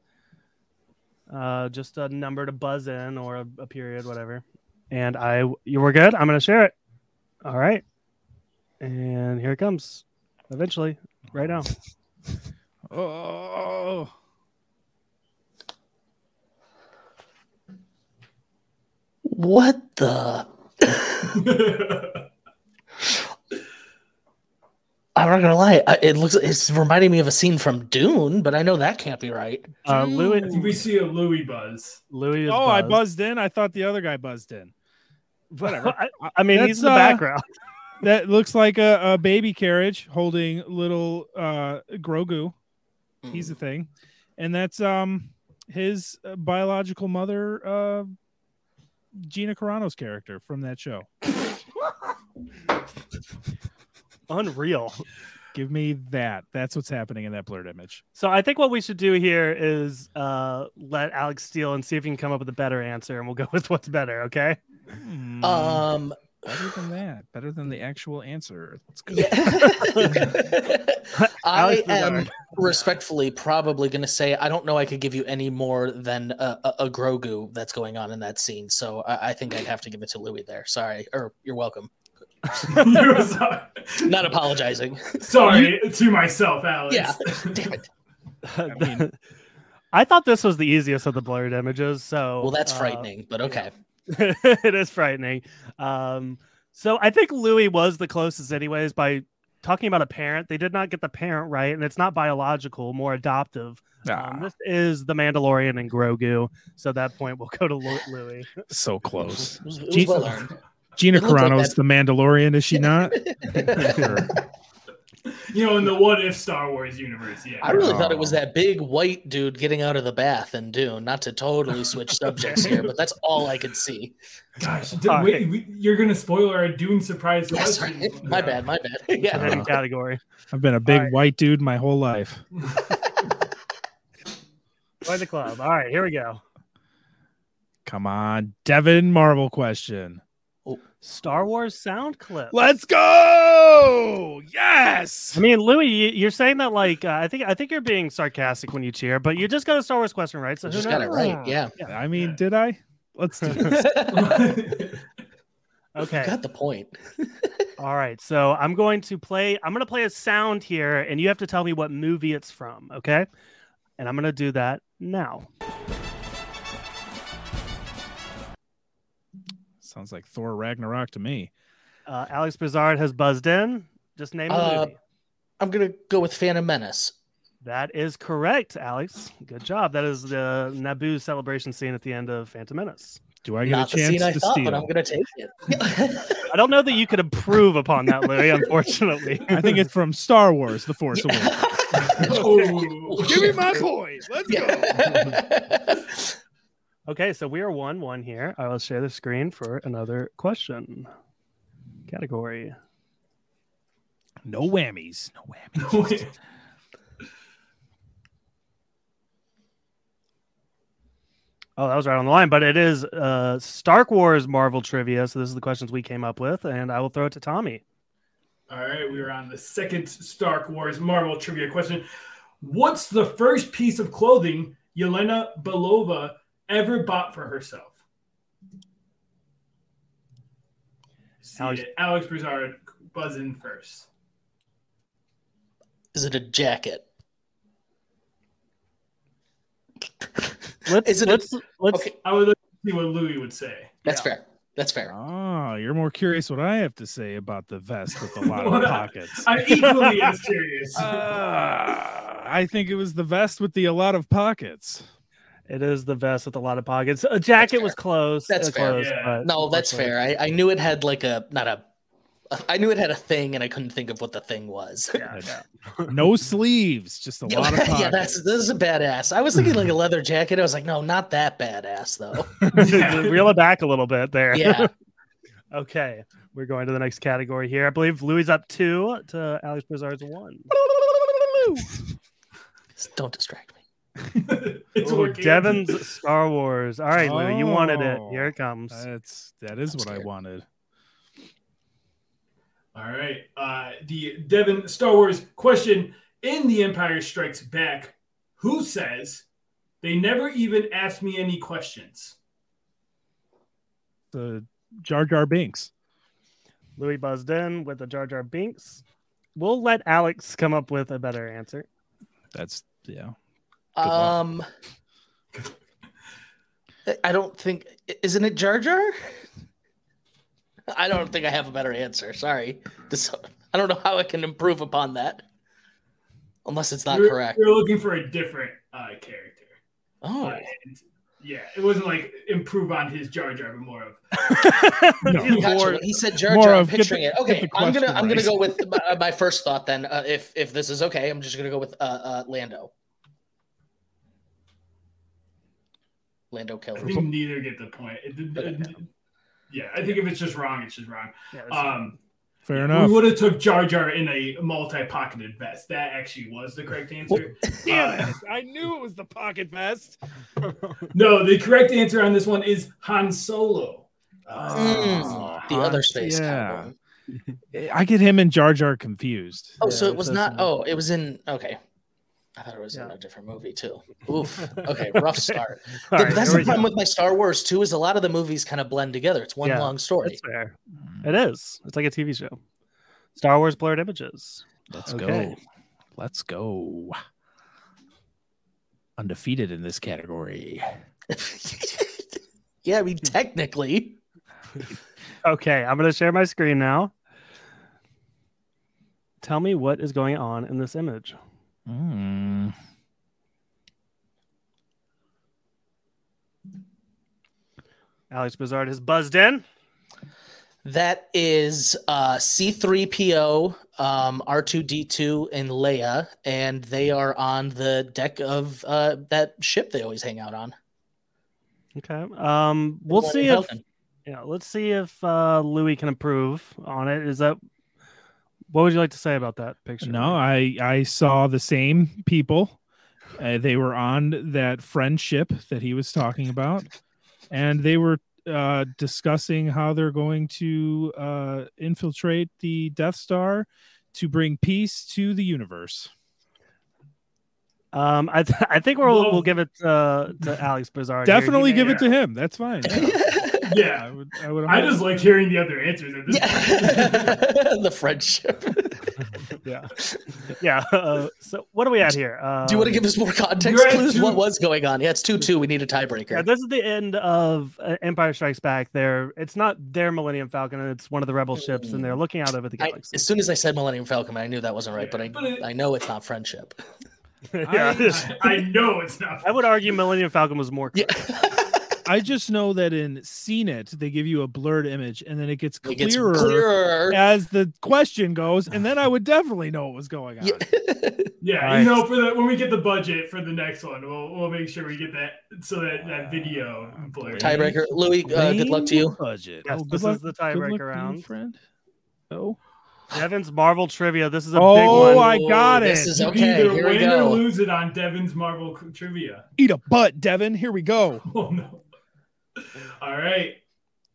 Speaker 1: uh, just a number to buzz in or a, a period, whatever. And I, you were good. I'm gonna share it. All right. And here it comes. Eventually, right now.
Speaker 5: Oh.
Speaker 4: What the? <laughs> I'm not gonna lie. I, it looks. It's reminding me of a scene from Dune, but I know that can't be right.
Speaker 1: Uh,
Speaker 4: <laughs>
Speaker 2: I
Speaker 1: Louis,
Speaker 2: think we see a Louis buzz.
Speaker 1: Louis. Is
Speaker 5: Oh, I
Speaker 1: buzzed.
Speaker 5: buzzed in. I thought the other guy buzzed in.
Speaker 4: <laughs>
Speaker 5: Whatever.
Speaker 1: I, I mean, he's
Speaker 5: That's,
Speaker 1: in the
Speaker 5: uh,
Speaker 1: background. <laughs>
Speaker 5: That looks like a, a baby carriage holding little uh Grogu. He's
Speaker 4: Mm.
Speaker 5: a thing. And that's um his uh, biological mother uh Gina Carano's character from that show.
Speaker 1: <laughs> Unreal.
Speaker 5: Give me that. That's what's happening in that blurred image.
Speaker 1: So I think what we should do here is uh, let Alex steal and see if he can come up with a better answer, and we'll go <laughs> with what's better. Okay.
Speaker 5: Hmm.
Speaker 4: Um.
Speaker 5: better than that. Better than the actual answer. Let's go.
Speaker 4: yeah. I
Speaker 5: <laughs>
Speaker 1: Alex
Speaker 4: am
Speaker 1: Lazard.
Speaker 4: respectfully probably gonna say I don't know. I could give you any more than a, a, a Grogu that's going on in that scene. So I, I think I'd have to give it to Louis there. Sorry, or you're
Speaker 2: <laughs>
Speaker 4: welcome.
Speaker 2: You were sorry.
Speaker 4: Not apologizing.
Speaker 2: Sorry to myself, Alex.
Speaker 4: Yeah. <laughs> Damn
Speaker 2: <laughs>
Speaker 4: it.
Speaker 1: I, <laughs> thought this was the easiest of the blurred images. So
Speaker 4: Well, that's
Speaker 1: uh,
Speaker 4: frightening, but okay.
Speaker 1: <laughs> it is frightening. Um, so I think Louis was the closest, anyways, by talking about a parent. They did not get the parent right, and it's not biological, more adoptive. Um, this is the Mandalorian and Grogu. So that point will go to Lu- Louis.
Speaker 5: So close.
Speaker 4: It was, it was well earned.
Speaker 5: Gina
Speaker 4: It looked like
Speaker 5: Carano's
Speaker 4: that.
Speaker 5: the Mandalorian, is
Speaker 4: <laughs>
Speaker 5: she not? Sure.
Speaker 2: You know, in the what if Star Wars universe, yeah.
Speaker 4: I really thought it was that big white dude getting out of the bath in Dune. Not to totally switch subjects here, but that's all I could see.
Speaker 2: Gosh, Uh, d-
Speaker 1: All
Speaker 2: wait, we, you're gonna spoil our Dune surprise. to
Speaker 4: Yes,
Speaker 2: us.
Speaker 4: right. My bad, my bad.
Speaker 1: In
Speaker 4: Yeah.
Speaker 1: any category.
Speaker 5: I've been a big white dude my whole life.
Speaker 1: Join the club. All right, here we go.
Speaker 5: Come on, Devin Marvel question.
Speaker 4: Oh.
Speaker 1: Star Wars sound clip.
Speaker 5: Let's go.
Speaker 1: <laughs>
Speaker 5: Yes.
Speaker 1: I mean, Louis, you- you're saying that like uh, I think I think you're being sarcastic when you cheer, but you just got a Star Wars question right, so who
Speaker 4: Just
Speaker 1: knows?
Speaker 4: got it right. Yeah.
Speaker 5: I mean, did I? Let's do it.
Speaker 4: <laughs>
Speaker 1: Okay,
Speaker 4: Got the point. <laughs>
Speaker 1: all right. So I'm going to play. I'm going to play a sound here, and you have to tell me what movie it's from. Okay, and I'm going to do that now.
Speaker 5: Sounds like Thor Ragnarok to me.
Speaker 1: Uh, Alex Bizard has buzzed in. Just name a
Speaker 4: Uh,
Speaker 1: movie.
Speaker 4: I'm gonna go with Phantom Menace.
Speaker 1: That is correct, Alex. Good job. That is the Naboo celebration scene at the end of Phantom Menace.
Speaker 5: Do I get
Speaker 4: Not
Speaker 5: a
Speaker 4: the scene I
Speaker 5: chance to
Speaker 4: thought, but
Speaker 5: steal?
Speaker 4: I'm gonna take it.
Speaker 1: I don't know that you could improve upon that,
Speaker 4: <laughs>
Speaker 1: Louis.
Speaker 5: <laughs>
Speaker 1: Unfortunately,
Speaker 5: I think it's from Star Wars: The Force Awakens.
Speaker 2: Oh.
Speaker 5: Give me
Speaker 9: <laughs>
Speaker 5: my point. Let's go.
Speaker 4: Yeah.
Speaker 1: <laughs> Okay, so we are one one here. I will share the screen for another question. Category.
Speaker 5: No whammies. No whammies.
Speaker 1: Oh, that was right on the line, but it is uh Stark Wars Marvel trivia. So this is the questions we came up with, and I will throw it to Tommy.
Speaker 2: All right, we are on the second Stark Wars Marvel trivia question. What's the first piece of clothing Yelena Belova ever bought for herself? See
Speaker 1: Alex-
Speaker 2: it. Alex Broussard buzz in first.
Speaker 4: Is it a jacket?
Speaker 1: Let's
Speaker 4: Is it a-
Speaker 1: let's let's
Speaker 4: Okay,
Speaker 2: I would like to see what Louis would say.
Speaker 4: that's fair. <laughs> That's fair.
Speaker 5: Oh, you're more curious what I have to say about the
Speaker 1: <laughs>
Speaker 5: vest with a lot
Speaker 2: Well,
Speaker 5: of pockets.
Speaker 2: I'm
Speaker 9: <laughs>
Speaker 2: equally as
Speaker 5: <laughs>
Speaker 2: serious.
Speaker 9: Uh,
Speaker 5: Ah, I think it was the vest with the a lot of pockets.
Speaker 1: it is the vest with a lot of pockets. A jacket was
Speaker 4: fair.
Speaker 1: close.
Speaker 4: That's
Speaker 1: uh,
Speaker 4: fair.
Speaker 1: close,
Speaker 2: Yeah.
Speaker 1: but
Speaker 4: No, that's
Speaker 1: unfortunately-
Speaker 4: fair. I, I knew it had like a not a. I knew it had a thing, and I couldn't think of what the thing was.
Speaker 1: <laughs>
Speaker 5: No sleeves, just a
Speaker 4: <laughs> yeah,
Speaker 5: lot of pockets.
Speaker 4: yeah, that's this is a badass. I was thinking like a leather jacket. I was like, no, not that badass though.
Speaker 1: <laughs>
Speaker 2: Yeah.
Speaker 1: Reel it back a little bit there.
Speaker 4: Yeah,
Speaker 1: <laughs> Okay, we're going to the next category here. I believe Louis is up two to Alex Bizarre's one.
Speaker 4: don't distract me.
Speaker 2: it's
Speaker 1: Ooh,
Speaker 2: working.
Speaker 1: Devin's Star Wars. All right, Louis, you wanted it.
Speaker 5: Oh.
Speaker 1: Here it comes.
Speaker 5: That's that is
Speaker 4: I'm
Speaker 5: what I
Speaker 4: scared.
Speaker 5: wanted.
Speaker 2: All right. Uh, the Devin Star Wars question in The Empire Strikes Back Who says they never even asked me any questions?
Speaker 5: The Jar Jar Binks.
Speaker 1: Louis buzzed in with the Jar Jar Binks. We'll let Alex come up with a better answer.
Speaker 5: That's yeah. luck.
Speaker 4: Um, I don't think isn't it Jar Jar? I don't think I have a better answer. Sorry, this, I don't know how I can improve upon that, unless it's not
Speaker 2: You're-
Speaker 4: correct.
Speaker 2: You're looking for a different uh, character.
Speaker 4: Oh,
Speaker 2: And, yeah, it wasn't like improve on his Jar Jar, but more of
Speaker 4: Gotcha.
Speaker 1: More-
Speaker 4: When He said Jar
Speaker 5: more
Speaker 4: Jar. I'm
Speaker 5: of get the-
Speaker 4: picturing it.
Speaker 5: get
Speaker 4: Okay,
Speaker 5: the
Speaker 4: I'm gonna
Speaker 5: question
Speaker 4: I'm gonna
Speaker 5: right.
Speaker 4: go with my, uh, my first thought then. Uh, if if this is okay, I'm just gonna go with uh, uh, Lando. Lando
Speaker 2: I
Speaker 4: Calrissian.
Speaker 2: think neither get the point. It- it- it- yeah, I think if it's just wrong, it's just wrong.
Speaker 1: Yeah, that's-
Speaker 2: Um,
Speaker 5: Fair enough.
Speaker 2: We would have took Jar Jar in a multi-pocketed vest. That actually was the correct answer.
Speaker 5: Damn it! I knew it was the pocket vest.
Speaker 2: Uh, No, the correct answer on this one is Han Solo. Uh,
Speaker 4: Mm, the other space
Speaker 5: yeah.
Speaker 4: cowboy.
Speaker 5: I get him and Jar Jar confused.
Speaker 4: Oh, so
Speaker 1: Yeah,
Speaker 4: it was
Speaker 1: that's
Speaker 4: not.
Speaker 1: another-
Speaker 4: Oh, it was in. Okay, I thought it was in
Speaker 1: Yeah.
Speaker 4: a different movie too.
Speaker 1: <laughs>
Speaker 4: Oof. Okay, rough start.
Speaker 1: All
Speaker 4: Th-
Speaker 1: right,
Speaker 4: that's the
Speaker 1: here we go.
Speaker 4: problem with my Star Wars too. Is a lot of the movies kind of blend together. It's one
Speaker 1: Yeah,
Speaker 4: long story.
Speaker 1: That's fair. It is. It's like a TV show. Star Wars blurred images.
Speaker 5: Let's
Speaker 1: Okay.
Speaker 5: go. Let's go. Undefeated in this category.
Speaker 4: <laughs> Yeah,
Speaker 5: <laughs>
Speaker 4: I mean, technically.
Speaker 1: Okay, I'm going to share my screen now. Tell me what is going on in this image.
Speaker 9: Hmm.
Speaker 11: Mm.
Speaker 1: Alex Bizard has buzzed in.
Speaker 4: That is uh, C3PO, um, R2D2, and Leia, and they are on the deck of uh, that ship they always hang out on.
Speaker 1: Okay. Um, we'll
Speaker 4: Well,
Speaker 1: see if
Speaker 4: Velton.
Speaker 1: yeah, let's see if uh, Louis can improve on it. Is that what would you like to say about that picture?
Speaker 5: No, I I saw the same people. Uh, they were on that friendship that he was talking about, and they were uh, discussing how they're going to uh, infiltrate the Death Star to bring peace to the universe.
Speaker 1: Um, I th- I think we'll
Speaker 2: Well-
Speaker 1: we'll give it uh, to Alex Bizarre.
Speaker 5: Definitely give it to him. That's fine. Yeah,
Speaker 2: Yeah.
Speaker 5: I would. I would.
Speaker 2: I just like hearing the other answers at this
Speaker 4: Yeah. <laughs>
Speaker 2: point.
Speaker 4: the friendship.
Speaker 1: Yeah. <laughs> yeah. Uh, so what are we at here? Uh,
Speaker 4: Do you want to give us more context
Speaker 2: you're at
Speaker 4: clues? What
Speaker 2: two-
Speaker 4: was going on? Yeah, it's 2 2. We need a tiebreaker.
Speaker 1: Yeah, this is the end of uh, Empire Strikes Back. There, it's not their Millennium Falcon, and it's one of the Rebel ships, and they're looking out over the
Speaker 4: Mm. I,
Speaker 1: galaxy.
Speaker 4: as soon as I <laughs> said Millennium Falcon, I knew that wasn't right, but I,
Speaker 2: But it-
Speaker 4: I know it's not friendship.
Speaker 1: <laughs> yeah, I,
Speaker 2: I, I know it's not.
Speaker 1: would
Speaker 2: <laughs>
Speaker 1: argue Millennium Falcon was more.
Speaker 4: Yeah. <laughs>
Speaker 5: I just know that in seen it, they give you a blurred image, and then it gets
Speaker 4: It gets
Speaker 5: clearer
Speaker 4: clearer.
Speaker 5: as the question goes, and then I would definitely know what was going on.
Speaker 4: Yeah.
Speaker 2: Yeah,
Speaker 1: All
Speaker 2: you
Speaker 1: right.
Speaker 2: know, for the when we get the budget for the next one, we'll we'll make sure we get that so that that video blurred.
Speaker 4: tiebreaker. Louis, uh, good luck to you.
Speaker 5: Budget.
Speaker 1: Yes,
Speaker 5: Oh, good
Speaker 1: this
Speaker 5: luck-
Speaker 1: is the
Speaker 5: good luck to
Speaker 1: tiebreaker
Speaker 5: you,
Speaker 1: round.
Speaker 5: friend. Oh,
Speaker 1: Devin's Marvel trivia. This is a
Speaker 5: oh
Speaker 1: big one.
Speaker 5: I got
Speaker 4: This
Speaker 5: it.
Speaker 4: is
Speaker 2: You can
Speaker 4: okay.
Speaker 2: either
Speaker 4: Here we
Speaker 2: win or
Speaker 4: go.
Speaker 2: lose it on Devin's Marvel c- trivia.
Speaker 5: Eat a butt, Devin. Here we go.
Speaker 2: <laughs> Oh no! All right,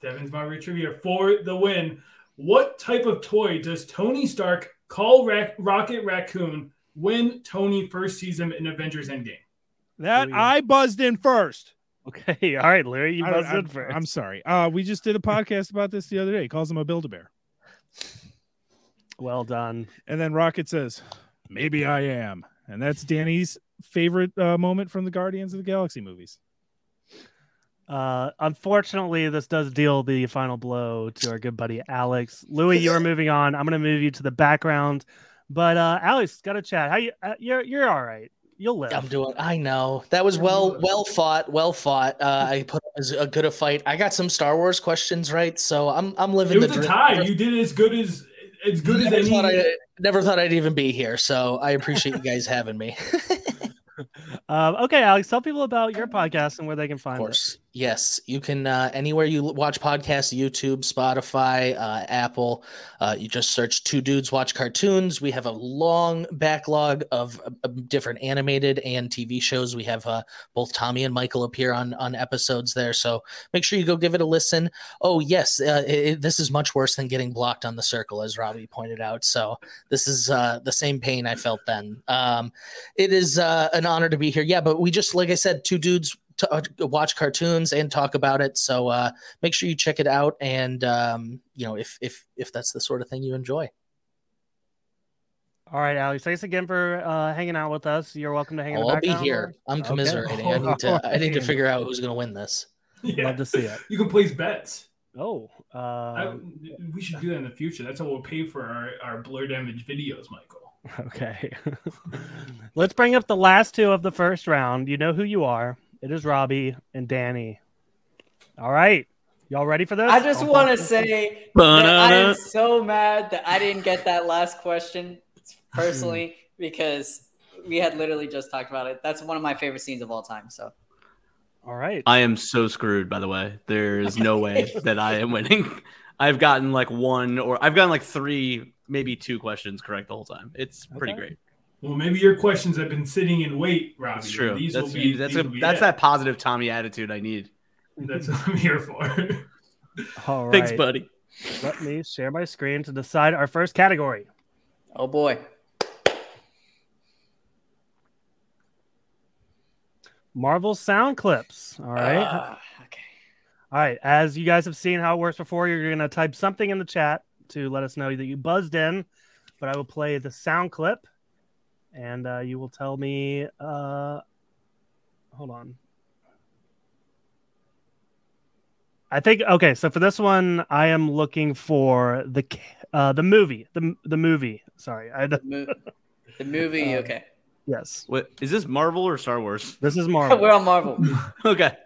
Speaker 2: Devin's Marvel trivia for the win. What type of toy does Tony Stark call Rac- Rocket Raccoon when Tony first sees him in Avengers Endgame?
Speaker 5: That
Speaker 1: Louis.
Speaker 5: I buzzed in first.
Speaker 1: Okay, <laughs> all right, Larry, you
Speaker 5: I-
Speaker 1: buzzed
Speaker 5: I'm,
Speaker 1: in first.
Speaker 5: I'm sorry. Uh, we just did a podcast about this the other day. He calls him a Build-A-Bear,
Speaker 1: well done.
Speaker 5: and then Rocket says, "Maybe I am," and that's Danny's favorite uh, moment from the Guardians of the Galaxy movies.
Speaker 1: Uh, unfortunately, this does deal the final blow to our good buddy Alex. Louis,
Speaker 4: <laughs>
Speaker 1: you are moving on. I'm going to move you to the background, but uh, Alex, got to chat. How you? Uh, you're you're all right. You'll live.
Speaker 4: I'm doing. I know that was well, well fought, well fought. Uh, I put up as a good a fight. I got some Star Wars questions right, so I'm I'm living
Speaker 2: It was
Speaker 4: the
Speaker 2: a
Speaker 4: dream.
Speaker 2: tie. You did as good as as good as
Speaker 4: never,
Speaker 2: any.
Speaker 4: thought I, never thought I'd even be here, so I appreciate you guys having me.
Speaker 1: Um, okay, Alex, tell people about your podcast and where they can
Speaker 4: Of
Speaker 1: find it.
Speaker 4: course. Yes, you can uh, anywhere you l- watch podcasts, YouTube, Spotify, uh, Apple. Uh, you just search Two Dudes Watch Cartoons. We have a long backlog of uh, um, different animated and TV shows. We have uh, both Tommy and Michael appear on on episodes there, so make sure you go give it a listen. Oh yes, uh, i i- this is much worse than getting blocked on the circle, as Robbie pointed out. So this is uh, the same pain I felt then. Um, it is uh, an honor to be here. Yeah, but we just like I said, two dudes to uh, watch cartoons and talk about it. So uh, make sure you check it out, and um, you know if if if that's the sort of thing you enjoy.
Speaker 1: All right, Alex, thanks again for uh, hanging out with us. You're welcome to hang in
Speaker 4: Oh,
Speaker 1: the
Speaker 4: I'll be
Speaker 1: background.
Speaker 4: here. I'm
Speaker 1: Okay.
Speaker 4: commiserating.
Speaker 1: <laughs>
Speaker 4: I need to I need to
Speaker 1: Alright.
Speaker 4: figure out who's gonna win this.
Speaker 2: <laughs> Yeah.
Speaker 1: Love to see it.
Speaker 2: <laughs> You can place bets.
Speaker 1: Oh,
Speaker 2: I-
Speaker 1: um,
Speaker 2: we should do that in the future. That's how we'll pay for our, our blurred image videos, Michael.
Speaker 1: <laughs> Okay. Let's bring up the last two of the first round. You know who you are. It is Robbie and Danny. All right. Y'all ready for this?
Speaker 9: I just want to say that I am so mad that I didn't get that last question personally
Speaker 1: <laughs>
Speaker 9: because we had literally just talked about it. That's one of my favorite scenes of all time. So
Speaker 1: All right.
Speaker 7: I am so screwed, by the way. There is
Speaker 1: <laughs>
Speaker 7: no way that I am winning. I've gotten like one or I've gotten like three, maybe two questions correct the whole time. It's pretty
Speaker 1: Okay.
Speaker 7: great.
Speaker 2: Well, maybe your questions have been sitting in wait, Robbie.
Speaker 7: That's true.
Speaker 2: These
Speaker 7: that's
Speaker 2: will be,
Speaker 7: that's,
Speaker 2: these
Speaker 7: a,
Speaker 2: will be
Speaker 7: that's
Speaker 2: it.
Speaker 7: that positive Tommy attitude I need.
Speaker 2: That's what I'm here for.
Speaker 1: All right.
Speaker 7: Thanks, buddy.
Speaker 1: Let me share my screen to decide our first category.
Speaker 9: oh boy.
Speaker 1: Marvel sound clips. All right.
Speaker 9: Ah, okay.
Speaker 1: All right. As you guys have seen how it works before, you're going to type something in the chat to let us know that you buzzed in. But I will play the sound clip and uh, you will tell me. Uh, hold on. I think okay. So for this one, I am looking for the ca- uh, the movie the the movie. Sorry, I
Speaker 9: The, mo- the
Speaker 1: <laughs>
Speaker 9: movie,
Speaker 1: Uh,
Speaker 9: okay.
Speaker 1: yes.
Speaker 7: What is this Marvel or Star Wars?
Speaker 1: This
Speaker 2: <laughs>
Speaker 1: is Marvel.
Speaker 9: We're on Marvel.
Speaker 7: okay.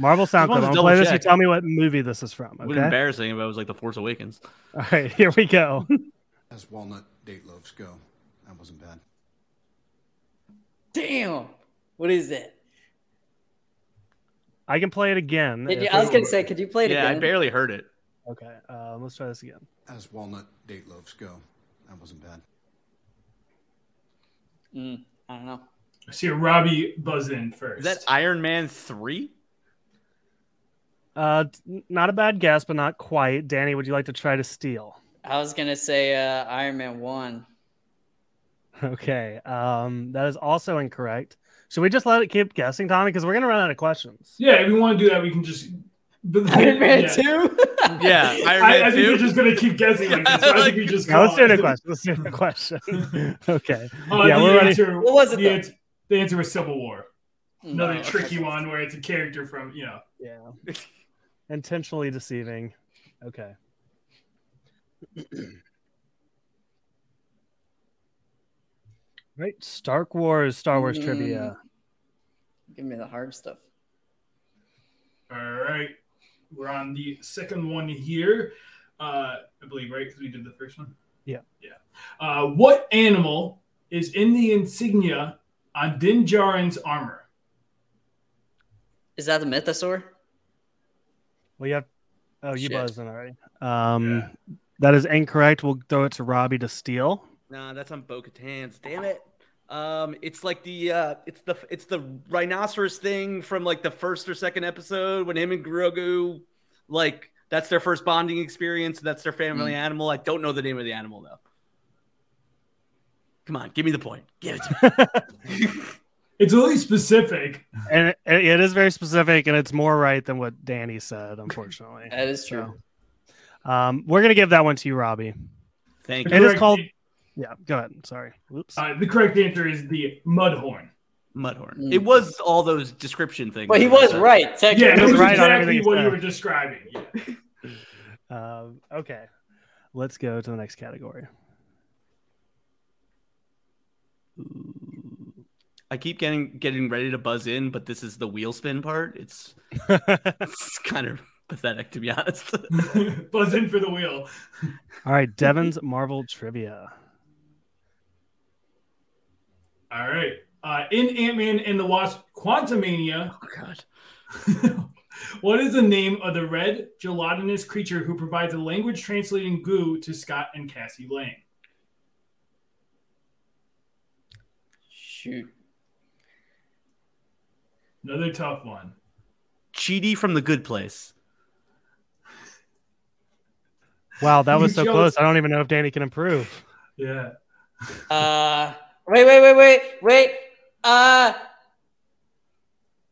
Speaker 1: Marvel sound clip.
Speaker 7: wanted
Speaker 1: I'm
Speaker 7: to
Speaker 1: gonna play this
Speaker 7: double-check.
Speaker 1: and tell me what movie this is from.
Speaker 7: It would be
Speaker 1: Okay.
Speaker 7: embarrassing if I was like The Force Awakens.
Speaker 1: All right, <laughs> here we go.
Speaker 11: As walnut date loaves go, that wasn't bad.
Speaker 9: Damn. What is it?
Speaker 1: I can play it again.
Speaker 9: Did you-
Speaker 1: if
Speaker 9: I was
Speaker 1: it-
Speaker 9: gonna say, could you play it
Speaker 7: Yeah, I
Speaker 9: again?
Speaker 7: barely heard it.
Speaker 1: Okay, uh, let's try this again.
Speaker 11: As walnut date loaves go, that wasn't bad.
Speaker 9: Mm, I don't know.
Speaker 2: I see Robbie buzz in first.
Speaker 7: Is that Iron Man three?
Speaker 1: Uh, t- not a bad guess, but not quite. Danny, would you like to try to steal? <laughs>
Speaker 9: I was gonna say uh, Iron Man one.
Speaker 1: Okay, um, that is also incorrect. Should we just let it keep guessing, Tommy? Because we're gonna run out of questions.
Speaker 2: yeah, if we want to do that, we can just. But
Speaker 9: Iron Man
Speaker 1: <laughs>
Speaker 2: yeah. <laughs>
Speaker 9: two.
Speaker 7: Yeah, Iron
Speaker 2: I, I
Speaker 7: Man
Speaker 2: think
Speaker 7: two.
Speaker 2: we're just gonna keep guessing like this. so
Speaker 7: <laughs>
Speaker 2: I think we just.
Speaker 1: Now, let's
Speaker 2: call
Speaker 1: do a
Speaker 2: it.
Speaker 1: question. Let's do a question. <laughs> okay.
Speaker 2: Uh,
Speaker 1: yeah,
Speaker 2: the
Speaker 1: we're ready.
Speaker 2: answer,
Speaker 9: What was it,
Speaker 2: The
Speaker 9: though?
Speaker 2: answer, the answer was Civil War. Another
Speaker 7: Oh,
Speaker 9: No, okay.
Speaker 2: tricky one where it's a character from you know.
Speaker 1: Yeah. <laughs> Intentionally deceiving. Okay. right. Stark Wars, Star Wars trivia.
Speaker 9: Mm. Give me the hard stuff.
Speaker 2: All right, we're on the second one here, uh, I believe, right? Because we did the first one.
Speaker 1: Yeah.
Speaker 2: Yeah. Uh, what animal is in the insignia on Din Djarin's armor?
Speaker 9: Is that the Mythosaur?
Speaker 1: Well, you have. Oh, you
Speaker 9: Shit.
Speaker 1: buzzed in already.
Speaker 9: Mm.
Speaker 1: Um, That is incorrect. We'll throw it to Robbie to steal.
Speaker 7: Nah, that's on Bo-Katan's. Damn it. Um, it's like the uh, it's the it's the rhinoceros thing from like the first or second episode when him and Grogu, like that's their first bonding experience. That's their family
Speaker 1: Mm.
Speaker 7: animal. I don't know the name of the animal though. Come on, give me the point. Give it to me.
Speaker 2: <laughs> It's really specific.
Speaker 1: And it, it is very specific, and it's more right than what Danny said, unfortunately.
Speaker 9: <laughs> That is true.
Speaker 1: Um, we're gonna give that one to you, Robbie.
Speaker 7: Thank
Speaker 1: It
Speaker 7: you,
Speaker 1: is
Speaker 2: Correct-
Speaker 1: called- Yeah, go ahead. Sorry. Oops.
Speaker 2: Uh, the correct answer is the Mudhorn.
Speaker 7: Mudhorn.
Speaker 9: Mm.
Speaker 7: It was all those description things.
Speaker 9: But he
Speaker 7: that I
Speaker 9: was
Speaker 7: said.
Speaker 9: right. Technically.
Speaker 2: Yeah, it
Speaker 1: That's
Speaker 2: was
Speaker 1: right on
Speaker 2: exactly
Speaker 1: everything he
Speaker 2: what you
Speaker 1: said.
Speaker 2: were describing. Yeah.
Speaker 1: Um, okay, let's go to the next category.
Speaker 7: I keep getting getting ready to buzz in, but this is the wheel spin part. It's it's kind of pathetic to be honest.
Speaker 2: Buzz in for the wheel.
Speaker 1: All right,
Speaker 9: <laughs>
Speaker 1: Devin's Marvel trivia.
Speaker 2: All right. Uh, in Ant Man and the Wasp Quantumania,
Speaker 7: oh god.
Speaker 2: <laughs> what is the name of the red gelatinous creature who provides a language translating goo to Scott and Cassie Lang?
Speaker 9: Shoot.
Speaker 2: Another tough one.
Speaker 7: Cheaty from the Good Place.
Speaker 1: Wow, that
Speaker 2: You <laughs>
Speaker 1: was so
Speaker 2: chose-
Speaker 1: close. I don't even know if Danny can improve.
Speaker 2: Yeah.
Speaker 9: Uh, wait, wait, wait, wait, wait. Uh,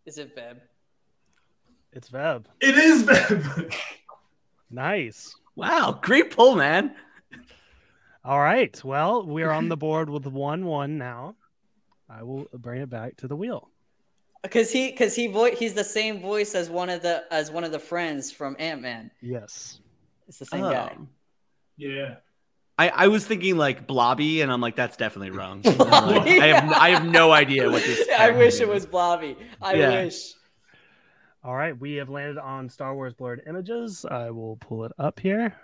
Speaker 9: is it Beb?
Speaker 1: It's Veb.
Speaker 2: It is Veb. <laughs>
Speaker 1: Nice.
Speaker 7: Wow, great pull, man.
Speaker 1: All right. Well, we are on the board with one one now. I will bring it back to the wheel.
Speaker 9: Because Uh, he, because he, vo- he's the same voice as one of the as one of the friends from Ant Man.
Speaker 1: Yes.
Speaker 9: It's the same
Speaker 7: Oh.
Speaker 9: guy.
Speaker 2: yeah.
Speaker 7: I, I was thinking like Blobby, and I'm like, that's definitely
Speaker 9: <laughs>
Speaker 7: wrong. I'm like, I have I have no idea what this.
Speaker 9: I
Speaker 7: character
Speaker 9: wish it
Speaker 7: is.
Speaker 9: was Blobby. I
Speaker 7: Yeah.
Speaker 9: wish.
Speaker 1: All right, we have landed on Star Wars blurred images. I will pull it up here,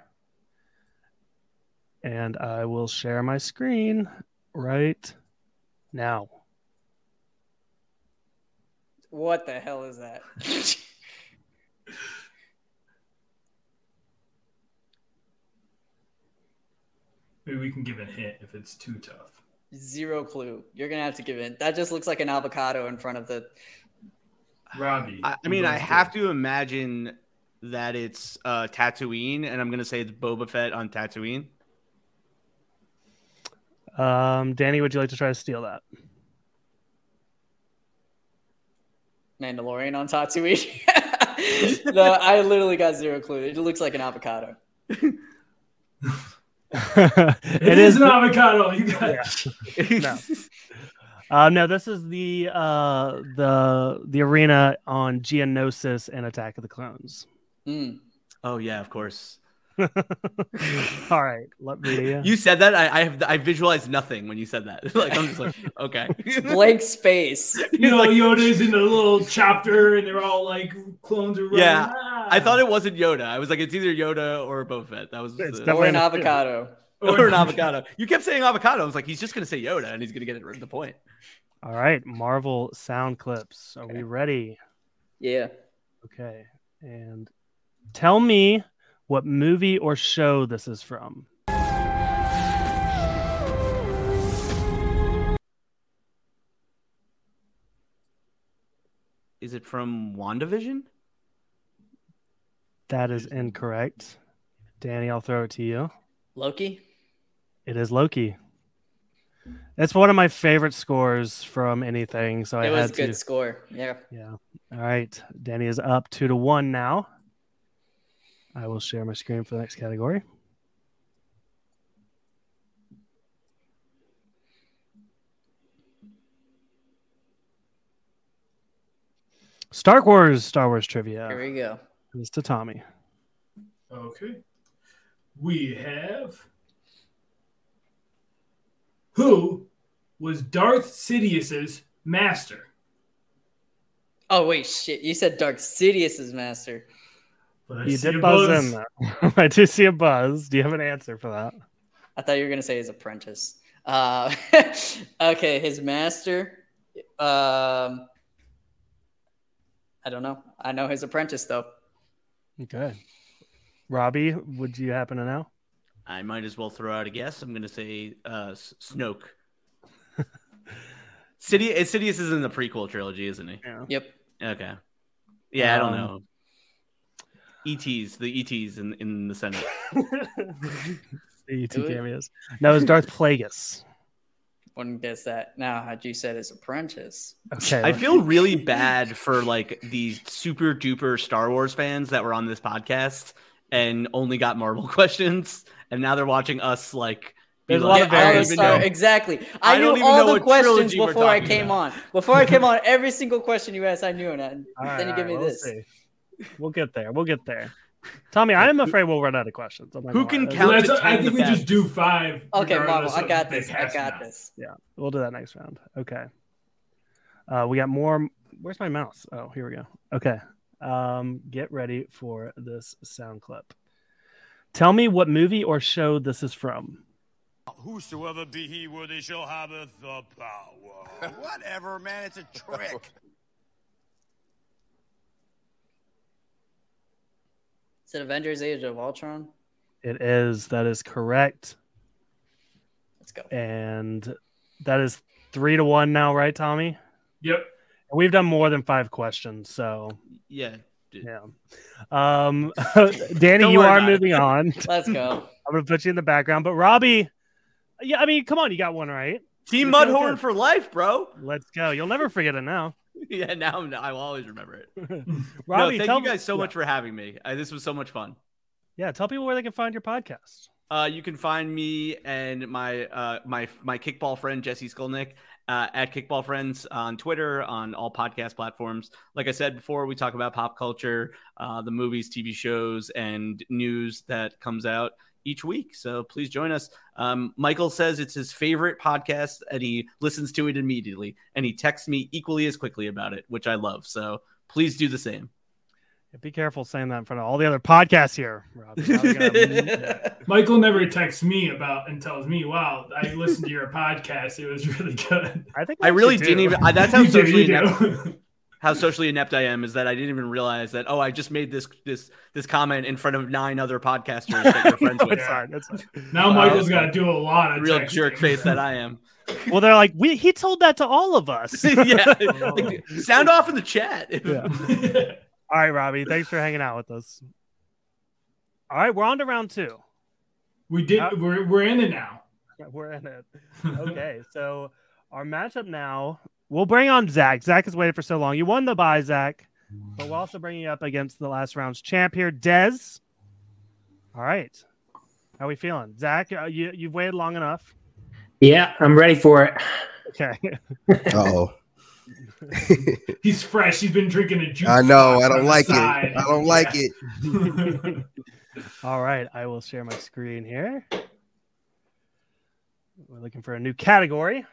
Speaker 1: and I will share my screen right now.
Speaker 9: What the hell is that? <laughs>
Speaker 2: Maybe we can give it a hint if it's too tough. <laughs>
Speaker 9: Zero clue. You're gonna have to give in. That just looks like an avocado in front of the.
Speaker 2: Robbie.
Speaker 7: I, I mean, I have to imagine that it's uh, Tatooine, and I'm gonna say it's Boba Fett on Tatooine.
Speaker 1: Um, Danny, would you like to try to steal that?
Speaker 9: <laughs> Mandalorian on Tatooine. <laughs> no, I literally got zero clue. It looks like an avocado.
Speaker 2: it is an avocado. You got
Speaker 1: <laughs> No. Uh, no, this is the uh, the the arena on Geonosis and Attack of the Clones.
Speaker 9: Hmm.
Speaker 7: Oh yeah, of course.
Speaker 1: <laughs> All right,
Speaker 9: <laughs>
Speaker 1: let me. uh,
Speaker 7: You said that. I I, have, I visualized nothing when you said that. <laughs> like I'm just like okay.
Speaker 2: <laughs>
Speaker 9: Blank space.
Speaker 2: You know, Yoda's in a little chapter, and they're all like clones are running.
Speaker 7: Yeah,
Speaker 2: Ah.
Speaker 7: I thought it wasn't Yoda. I was like, it's either Yoda or Boba Fett. That was
Speaker 1: It's
Speaker 7: the-
Speaker 1: definitely-
Speaker 9: Or an
Speaker 1: Yeah.
Speaker 9: avocado.
Speaker 7: or an avocado. You kept saying avocado. I was like, he's just gonna say Yoda, and he's gonna get it the point.
Speaker 1: All right, Marvel sound clips. Are we ready?
Speaker 9: Yeah.
Speaker 1: Okay. And tell me what movie or show this is from.
Speaker 7: Is it from WandaVision?
Speaker 1: That is incorrect. Danny, I'll throw it to you.
Speaker 9: Loki.
Speaker 1: It is Loki. It's one of my favorite scores from anything, so Oh, I
Speaker 9: it was
Speaker 1: had
Speaker 9: a good
Speaker 1: to.
Speaker 9: score. Yeah.
Speaker 1: Yeah. All right. Danny is up two to one now. I will share my screen for the next category. Star Wars, Star Wars
Speaker 9: Here
Speaker 1: trivia.
Speaker 9: we go.
Speaker 1: It's to Tommy.
Speaker 2: Okay. We have. Who was Darth Sidious's master?
Speaker 9: Oh wait, shit! You said Dark Sidious's master.
Speaker 2: But I
Speaker 1: You
Speaker 2: see
Speaker 1: did
Speaker 2: a
Speaker 1: buzz
Speaker 2: buzz.
Speaker 1: in though. <laughs> I do see a buzz. Do you have an answer for that?
Speaker 9: I thought you were gonna say his apprentice. Uh, <laughs> okay, his master. Um, I don't know. I know his apprentice though.
Speaker 1: Okay. Robbie, would you happen to know?
Speaker 7: I might as well throw out a guess. I'm gonna say uh, S-
Speaker 1: <laughs>
Speaker 7: Snoke. Sidious, Sidious is in the prequel trilogy, isn't he?
Speaker 9: Yep.
Speaker 7: Okay. Yeah, I don't
Speaker 1: Um,
Speaker 7: know. ETs, the ETs in in the
Speaker 1: <laughs>
Speaker 7: Senate.
Speaker 1: The ET
Speaker 9: Do it.
Speaker 1: cameos. No,
Speaker 9: <laughs>
Speaker 1: it's Darth Plagueis.
Speaker 9: Wouldn't guess that. Now, how'd you said his apprentice?
Speaker 1: Okay.
Speaker 7: I feel really bad for like these super duper Star Wars fans that were on this podcast and only got Marvel <laughs> questions, and now they're watching us like. be
Speaker 1: There's a
Speaker 7: like,
Speaker 1: lot of
Speaker 7: "I don't
Speaker 9: all the
Speaker 1: variance.
Speaker 7: even
Speaker 9: star-
Speaker 7: know."
Speaker 9: exactly. I,
Speaker 7: I don't
Speaker 9: knew
Speaker 7: even know
Speaker 9: all the
Speaker 7: what
Speaker 9: questions
Speaker 7: trilogy we're
Speaker 9: before I
Speaker 7: talking
Speaker 9: came on.
Speaker 7: about.
Speaker 9: Before I
Speaker 7: <laughs>
Speaker 9: came on, every single question you asked, I knew, and I,
Speaker 1: All right,
Speaker 9: then you
Speaker 1: all
Speaker 9: give me
Speaker 1: right, we'll
Speaker 9: this.
Speaker 1: see. We'll get there. We'll get there. Tommy, I am afraid we'll run out of questions. Oh I'm not
Speaker 7: Who can
Speaker 1: gonna lie.
Speaker 7: count-
Speaker 2: Let's-
Speaker 7: to
Speaker 2: I
Speaker 7: ten
Speaker 2: think we
Speaker 7: the
Speaker 2: just do five.
Speaker 9: Okay, Marvel,
Speaker 2: regardless
Speaker 9: I
Speaker 2: of
Speaker 9: got
Speaker 2: big
Speaker 9: this. I
Speaker 2: cast or
Speaker 9: got
Speaker 2: not.
Speaker 9: this.
Speaker 1: We'll do that next round. Okay. Uh, we got more. Where's my mouse? Oh, here we go. Okay. Um, get ready for this sound clip. Tell me what movie or show this is from.
Speaker 12: Whosoever be he worthy shall have the power. <laughs> Whatever, man, it's a
Speaker 1: <laughs>
Speaker 12: trick.
Speaker 9: Is it Avengers: Age of Ultron?
Speaker 1: It is. That is correct.
Speaker 9: Let's go.
Speaker 1: And that is three to one now, right, Tommy?
Speaker 2: Yep.
Speaker 1: We've done more than five questions, so
Speaker 7: Yeah.
Speaker 1: yeah. Um, <laughs> Danny,
Speaker 7: Don't
Speaker 1: you
Speaker 7: worry
Speaker 1: are
Speaker 7: about it. <laughs>
Speaker 1: moving on.
Speaker 9: Let's go.
Speaker 1: I'm gonna put you in the background, but Robbie, yeah, I mean, come on, you got one right.
Speaker 7: Team
Speaker 1: You're doing
Speaker 7: Mudhorn
Speaker 1: good.
Speaker 7: for life, bro.
Speaker 1: Let's go. You'll never forget it now.
Speaker 7: <laughs> Yeah, now I'm, I will always remember it.
Speaker 1: <laughs>
Speaker 7: no,
Speaker 1: Robbie,
Speaker 7: thank
Speaker 1: tell
Speaker 7: you guys so
Speaker 1: yeah,
Speaker 7: much for having me. Uh, this was so much fun.
Speaker 1: Yeah, tell people where they can find your podcast.
Speaker 7: Uh, you can find me and my uh, my my kickball friend Jesse Skolnick uh, at Kickball Friends on Twitter on all podcast platforms. Like I said before, we talk about pop culture, uh, the movies, TV shows, and news that comes out each week. So please join us. Um, Michael says it's his favorite podcast, and he listens to it immediately, and he texts me equally as quickly about it, which I love. So please do the same.
Speaker 1: Be careful saying that in front of all the other podcasts here, Robbie. Now we gotta-
Speaker 2: <laughs> Michael never texts me about and tells me, "Wow, I
Speaker 1: <laughs>
Speaker 2: listened to your podcast. It was really good."
Speaker 1: I think
Speaker 7: I
Speaker 1: we
Speaker 7: really
Speaker 1: should
Speaker 7: didn't
Speaker 1: do-
Speaker 7: even. I,
Speaker 1: <laughs>
Speaker 7: that's how
Speaker 2: <laughs> You do,
Speaker 7: socially
Speaker 2: you
Speaker 7: inept-
Speaker 2: do.
Speaker 7: how socially inept I am is that I didn't even realize that. Oh, I just made this this this comment in front of nine other podcasters that you're friends
Speaker 1: No,
Speaker 7: with.
Speaker 1: it's fine, it's fine.
Speaker 2: <laughs> Now
Speaker 7: Wow.
Speaker 2: Michael's got to do a lot of
Speaker 7: Real
Speaker 2: texting.
Speaker 7: jerk face that I am. <laughs>
Speaker 1: Well, they're like, we, he told that to all of us. <laughs>
Speaker 7: yeah, like, sound off in the chat. <laughs>
Speaker 1: Yeah. All right, Robbie. Thanks for hanging out with us. All right, we're on to round two.
Speaker 2: we did.
Speaker 1: Uh,
Speaker 2: We're, we're in it now.
Speaker 1: We're in it. Okay, <laughs> so our matchup now, we'll bring on Zach. Zach has waited for so long. You won the bye, Zach, but we're also bringing you up against the last round's champ here, Dez. All right, how we feeling, Zach? uh, You you've waited long enough. <laughs>
Speaker 3: Yeah, I'm ready for it.
Speaker 1: Okay,
Speaker 6: Oh,
Speaker 2: He's fresh. He's been drinking a juice.
Speaker 6: I know.
Speaker 2: box
Speaker 6: I
Speaker 2: on
Speaker 6: don't
Speaker 2: the
Speaker 6: like it.
Speaker 2: side.
Speaker 6: I don't like
Speaker 2: Yeah.
Speaker 6: it.
Speaker 1: <laughs> All right, I will share my screen here. We're looking for a new category.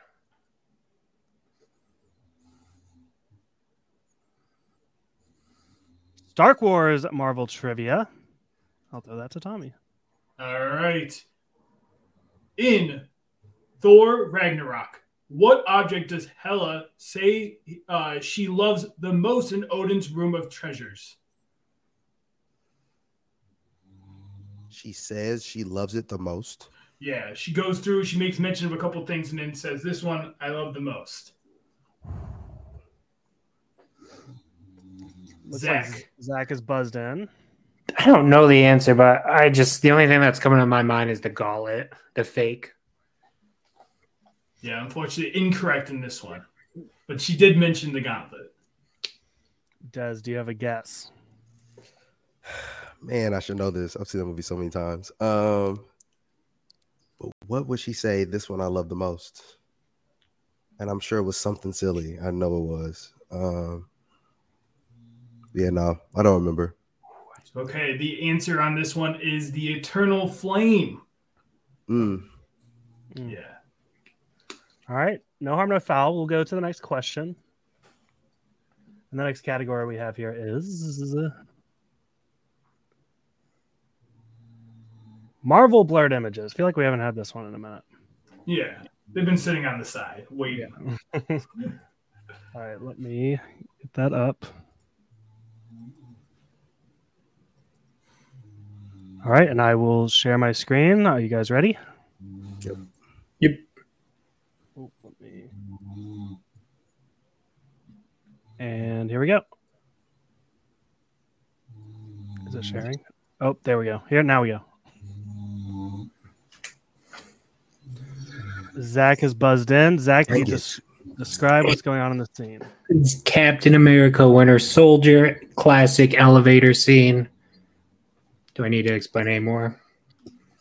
Speaker 1: Dark Wars Marvel trivia. I'll throw that to Tommy.
Speaker 2: <laughs> All right. In Thor Ragnarok, what object does Hela say uh, she loves the most in Odin's Room of Treasures?
Speaker 6: She says she loves it the most.
Speaker 2: Yeah, she goes through, she makes mention of a couple things and then says, This one I love the most.
Speaker 1: Looks
Speaker 2: Zach.
Speaker 1: like Zach is buzzed in.
Speaker 3: <laughs> I don't know the answer, but I just the only thing that's coming to my mind is the gauntlet, the fake.
Speaker 2: Yeah, unfortunately, incorrect in this one. But she did mention the gauntlet.
Speaker 1: Des, do you have a guess?
Speaker 6: Man, I should know this. I've seen that movie so many times. Um, but what would she say? This one I love the most, and I'm sure it was something silly. I know it was. Um, yeah, no, I don't remember.
Speaker 2: Okay, the answer on this one is the eternal flame.
Speaker 6: Mm.
Speaker 2: Yeah.
Speaker 1: Mm. All right. No harm, no foul. We'll go to the next question. And the next category we have here is Marvel blurred images. feel like we haven't had this one in a minute.
Speaker 2: Yeah. They've been sitting on the side waiting.
Speaker 1: All right, let me get that up. All right, and I will share my screen. Are you guys ready?
Speaker 6: Yep.
Speaker 3: Yep.
Speaker 1: And here we go. Is it sharing? Oh, there we go. Here, now we go. Zach is buzzed in. Zach, can you
Speaker 3: Thank you.
Speaker 1: just describe what's going on in the scene?
Speaker 3: It's Captain America Winter Soldier classic elevator scene. Do I need to explain any more?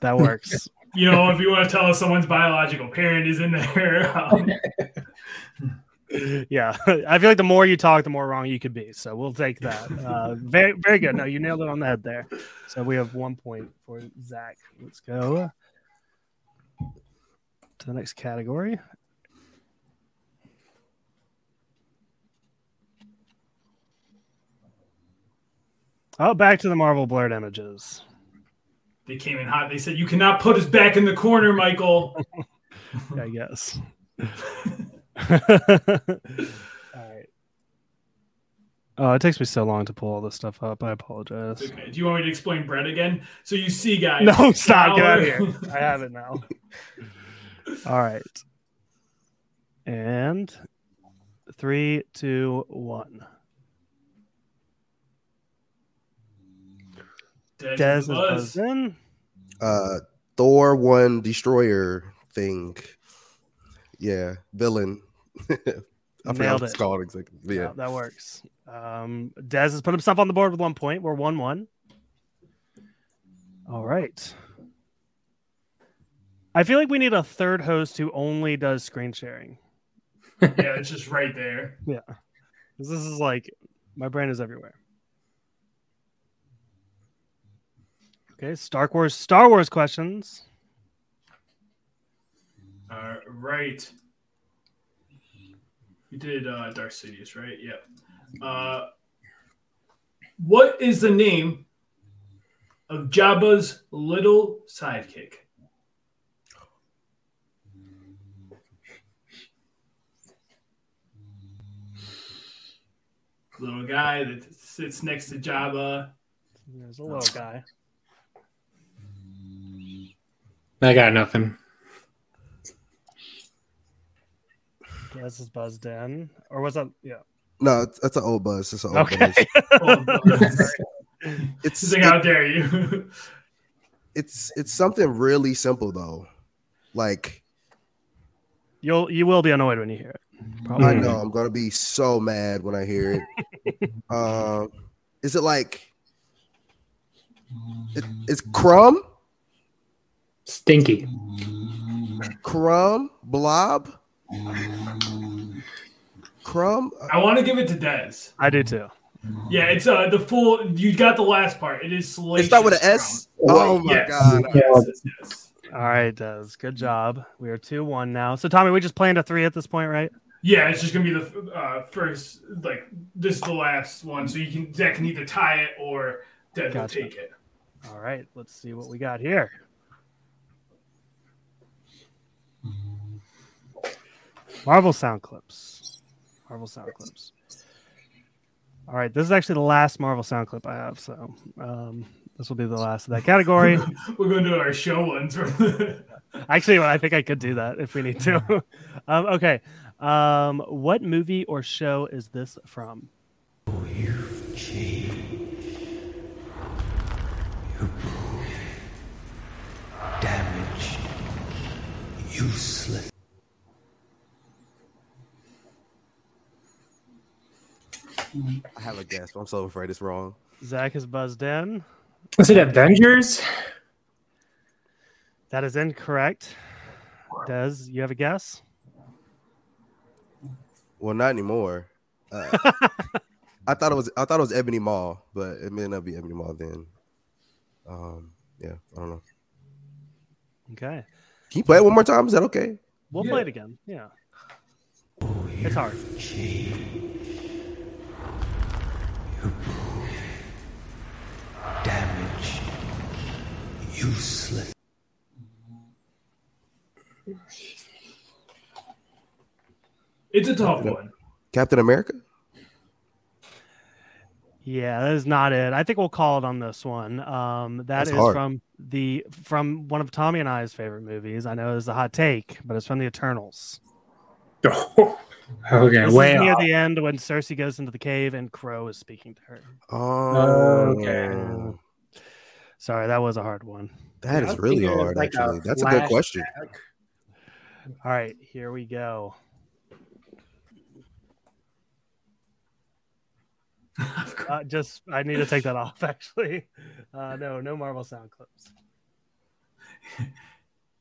Speaker 1: That works.
Speaker 2: You know, if you want to tell us someone's biological parent is in there, <laughs> um,
Speaker 1: yeah, <laughs> I feel like the more you talk, the more wrong you could be. So we'll take that. Uh, very, very good. No, you nailed it on the head there. So we have one point for Zach. Let's go uh, to the next category. Oh, back to the Marvel blurred images.
Speaker 2: they came in hot. They said, You cannot put us back in the corner, Michael.
Speaker 1: <laughs> I
Speaker 2: <laughs>
Speaker 1: guess. All right. Oh, it takes me so long to pull all this stuff up. I apologize.
Speaker 2: <laughs> Okay, Do you want me to explain bread again? So you see, guys.
Speaker 1: No, stop. Get out of
Speaker 2: our- <laughs>
Speaker 1: here. I have it now. All right. And three, two, one.
Speaker 2: Des
Speaker 1: Des
Speaker 2: is
Speaker 1: is
Speaker 2: buzzed.
Speaker 1: buzzed in.
Speaker 6: Uh, Thor one destroyer thing. Yeah, villain. <laughs> I forgot
Speaker 1: Nailed
Speaker 6: what it's
Speaker 1: it.
Speaker 6: called exactly. Yeah.
Speaker 1: Yeah, that works. Um, Dez has put himself on the board with one point. We're 1 1. All right. I feel like we need a third host who only does screen sharing.
Speaker 2: <laughs> yeah, it's just right there.
Speaker 1: Yeah. 'Cause This is like my brain is everywhere. Okay, Star Wars Star Wars questions.
Speaker 2: All right. We did uh, Dark Sidious, right? Yeah. Uh, what is the name of Jabba's little sidekick? Little guy that sits next to Jabba.
Speaker 1: There's a little guy.
Speaker 3: <laughs> I got nothing.
Speaker 1: This is buzzed in. Or was that yeah.
Speaker 6: No, it's- that's an old buzz. It's an old
Speaker 1: Okay. <laughs> Old
Speaker 6: buzz.
Speaker 2: <laughs>
Speaker 1: buzz.
Speaker 6: it's
Speaker 2: He's like, "How dare
Speaker 1: <laughs>
Speaker 2: you." <laughs>
Speaker 6: it's it's something really simple though. Like
Speaker 1: You'll you will be annoyed when you hear it.
Speaker 6: I
Speaker 2: Mm.
Speaker 3: <laughs>
Speaker 6: know I'm gonna be so mad when I hear it. um, is it like it, it's crumb,
Speaker 3: Stinky.
Speaker 6: crumb, blob, Crumb?
Speaker 2: I want to give it to Dez.
Speaker 1: I do too.
Speaker 2: Yeah, it's uh the full. You got the last part. It is
Speaker 6: It
Speaker 2: salacious.
Speaker 6: start with an S.
Speaker 2: Crumb.
Speaker 6: Oh my
Speaker 2: Yes.
Speaker 6: god!
Speaker 2: Yes, yes, yes.
Speaker 1: All right, Des. Good job. We are two one now. So Tommy, we just planned a three at this point, right?
Speaker 2: Yeah, it's just gonna be the uh, first. Like this is the last one, so you can Zach can either tie it or Dez
Speaker 1: Gotcha.
Speaker 2: will take it.
Speaker 1: All right, let's see what we got here. Marvel sound clips. Marvel sound clips. All right, this is actually the last Marvel sound clip I have, so um, this will be the last of that
Speaker 2: <laughs>
Speaker 1: category.
Speaker 2: We're gonna do our show ones. <laughs>
Speaker 1: actually, I think I could do that if we need to. <laughs> um, okay, um, what movie or show is this from?
Speaker 13: Damaged. Useless.
Speaker 6: I have a guess. but I'm so afraid it's wrong.
Speaker 1: Zach is buzzed in.
Speaker 3: Is it Avengers?
Speaker 1: That is incorrect. Des, you have a guess?
Speaker 6: Well, not anymore. Uh, I thought it was. I thought it was Ebony Maw, but it may not be Ebony Maw then. Um. Yeah. I don't know.
Speaker 1: Okay.
Speaker 6: Can you play it one more time? Is that okay?
Speaker 1: We'll play it again. Yeah. It's hard.
Speaker 13: Damaged. Useless.
Speaker 2: It's a tough one.
Speaker 6: Captain America.
Speaker 1: Yeah, that is not it. I think we'll call it on this one. Um, that
Speaker 6: That's
Speaker 1: is
Speaker 6: hard.
Speaker 1: from the from one of Tommy and I's favorite movies. I know it's a hot take, but it's from the Eternals.
Speaker 3: Okay,
Speaker 1: This is
Speaker 3: way
Speaker 1: near
Speaker 3: off.
Speaker 1: the end when Cersei goes into the cave and Crow is speaking to her.
Speaker 6: Oh.
Speaker 3: Okay.
Speaker 1: Sorry, that was a hard one.
Speaker 6: That is
Speaker 3: I'm
Speaker 6: really
Speaker 3: thinking it was
Speaker 6: hard.
Speaker 3: like a
Speaker 6: Actually, that's a good
Speaker 3: flashback.
Speaker 6: question.
Speaker 1: All right, here
Speaker 3: <laughs>
Speaker 1: we go. Uh, just I need to take that off. <laughs> Actually, uh, no, no Marvel
Speaker 3: <laughs>
Speaker 1: sound clips. <laughs>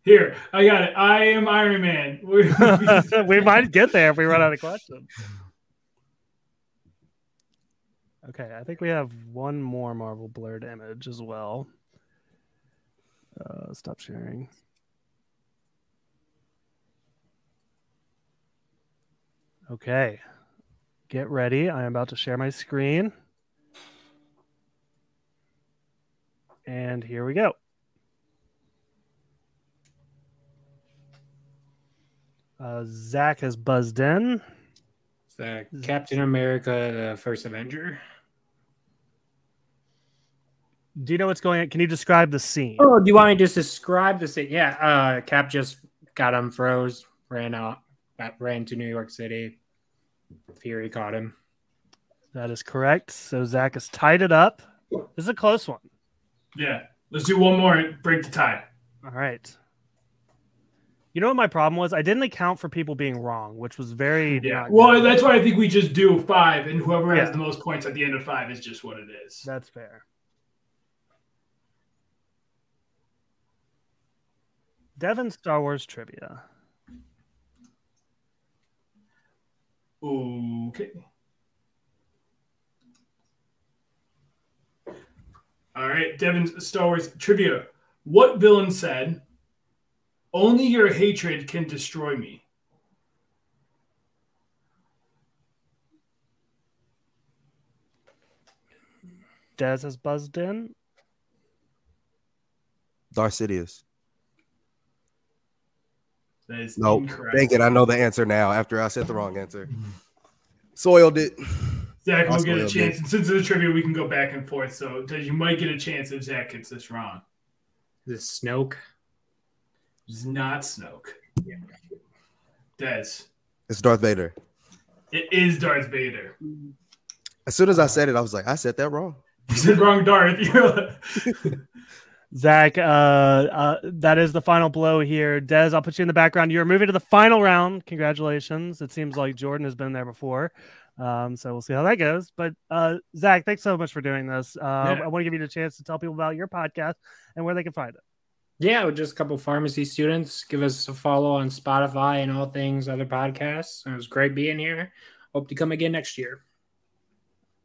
Speaker 2: Here, I got it. I am Iron Man.
Speaker 1: <laughs>
Speaker 2: <laughs>
Speaker 1: we might get there if we run out of questions. Okay, I think we have one more Marvel blurred image as well. Uh, stop sharing. Okay, get ready. I am about to share my screen. And here we go. Uh, Zach has buzzed in.
Speaker 3: It's, uh, Captain America, the first Avenger.
Speaker 1: Do you know what's going on? Can you describe the scene?
Speaker 3: Oh, do you want me to just describe the scene? Yeah, uh, Cap just got him froze, ran out, got- ran to New York City. Fury caught him.
Speaker 1: That is correct. So Zach has tied it up. This is a close one.
Speaker 2: yeah, let's do one more. and Break the tie.
Speaker 1: All right. You know what my problem was? I didn't account for people being wrong, which was very
Speaker 2: Yeah.
Speaker 1: not
Speaker 2: Well,
Speaker 1: good.
Speaker 2: that's why I think we just do five, and whoever has
Speaker 1: Yeah.
Speaker 2: the most points at the end of five is just what it is.
Speaker 1: that's fair. Devin Star Wars trivia.
Speaker 2: Okay. All right, Devin's Star Wars trivia. What villain said, "Only your hatred can destroy me"?
Speaker 1: Dez has buzzed in.
Speaker 6: Darth Sidious.
Speaker 2: That is
Speaker 6: Nope.
Speaker 2: incorrect.
Speaker 6: Dang it! I know the answer now. After I said the wrong answer, soiled it.
Speaker 2: Zach
Speaker 6: I
Speaker 2: will get
Speaker 6: soiled it.
Speaker 2: a chance, and since it's a trivia, we can go back and forth. So Dez, you might get a chance if Zach gets this wrong.
Speaker 3: Is it Snoke?
Speaker 2: It's not Snoke. Dez,
Speaker 6: It's Darth Vader.
Speaker 2: it is Darth Vader.
Speaker 6: As soon as I said it, I was like, I said that wrong.
Speaker 2: You said wrong, Darth. <laughs> You're-
Speaker 1: Zach, uh, uh, that is the final blow here. Des, I'll put you in the background. You're moving to the final round. Congratulations. It seems like Jordan has been there before. Um, so we'll see how that goes. But uh, Zach, thanks so much for doing this. Um, I want to give you the chance to tell people about your podcast and where they can find it.
Speaker 3: Yeah, with just a couple pharmacy students. Give us a follow on Spotify and all things other podcasts. It was great being here. Hope to come again next year.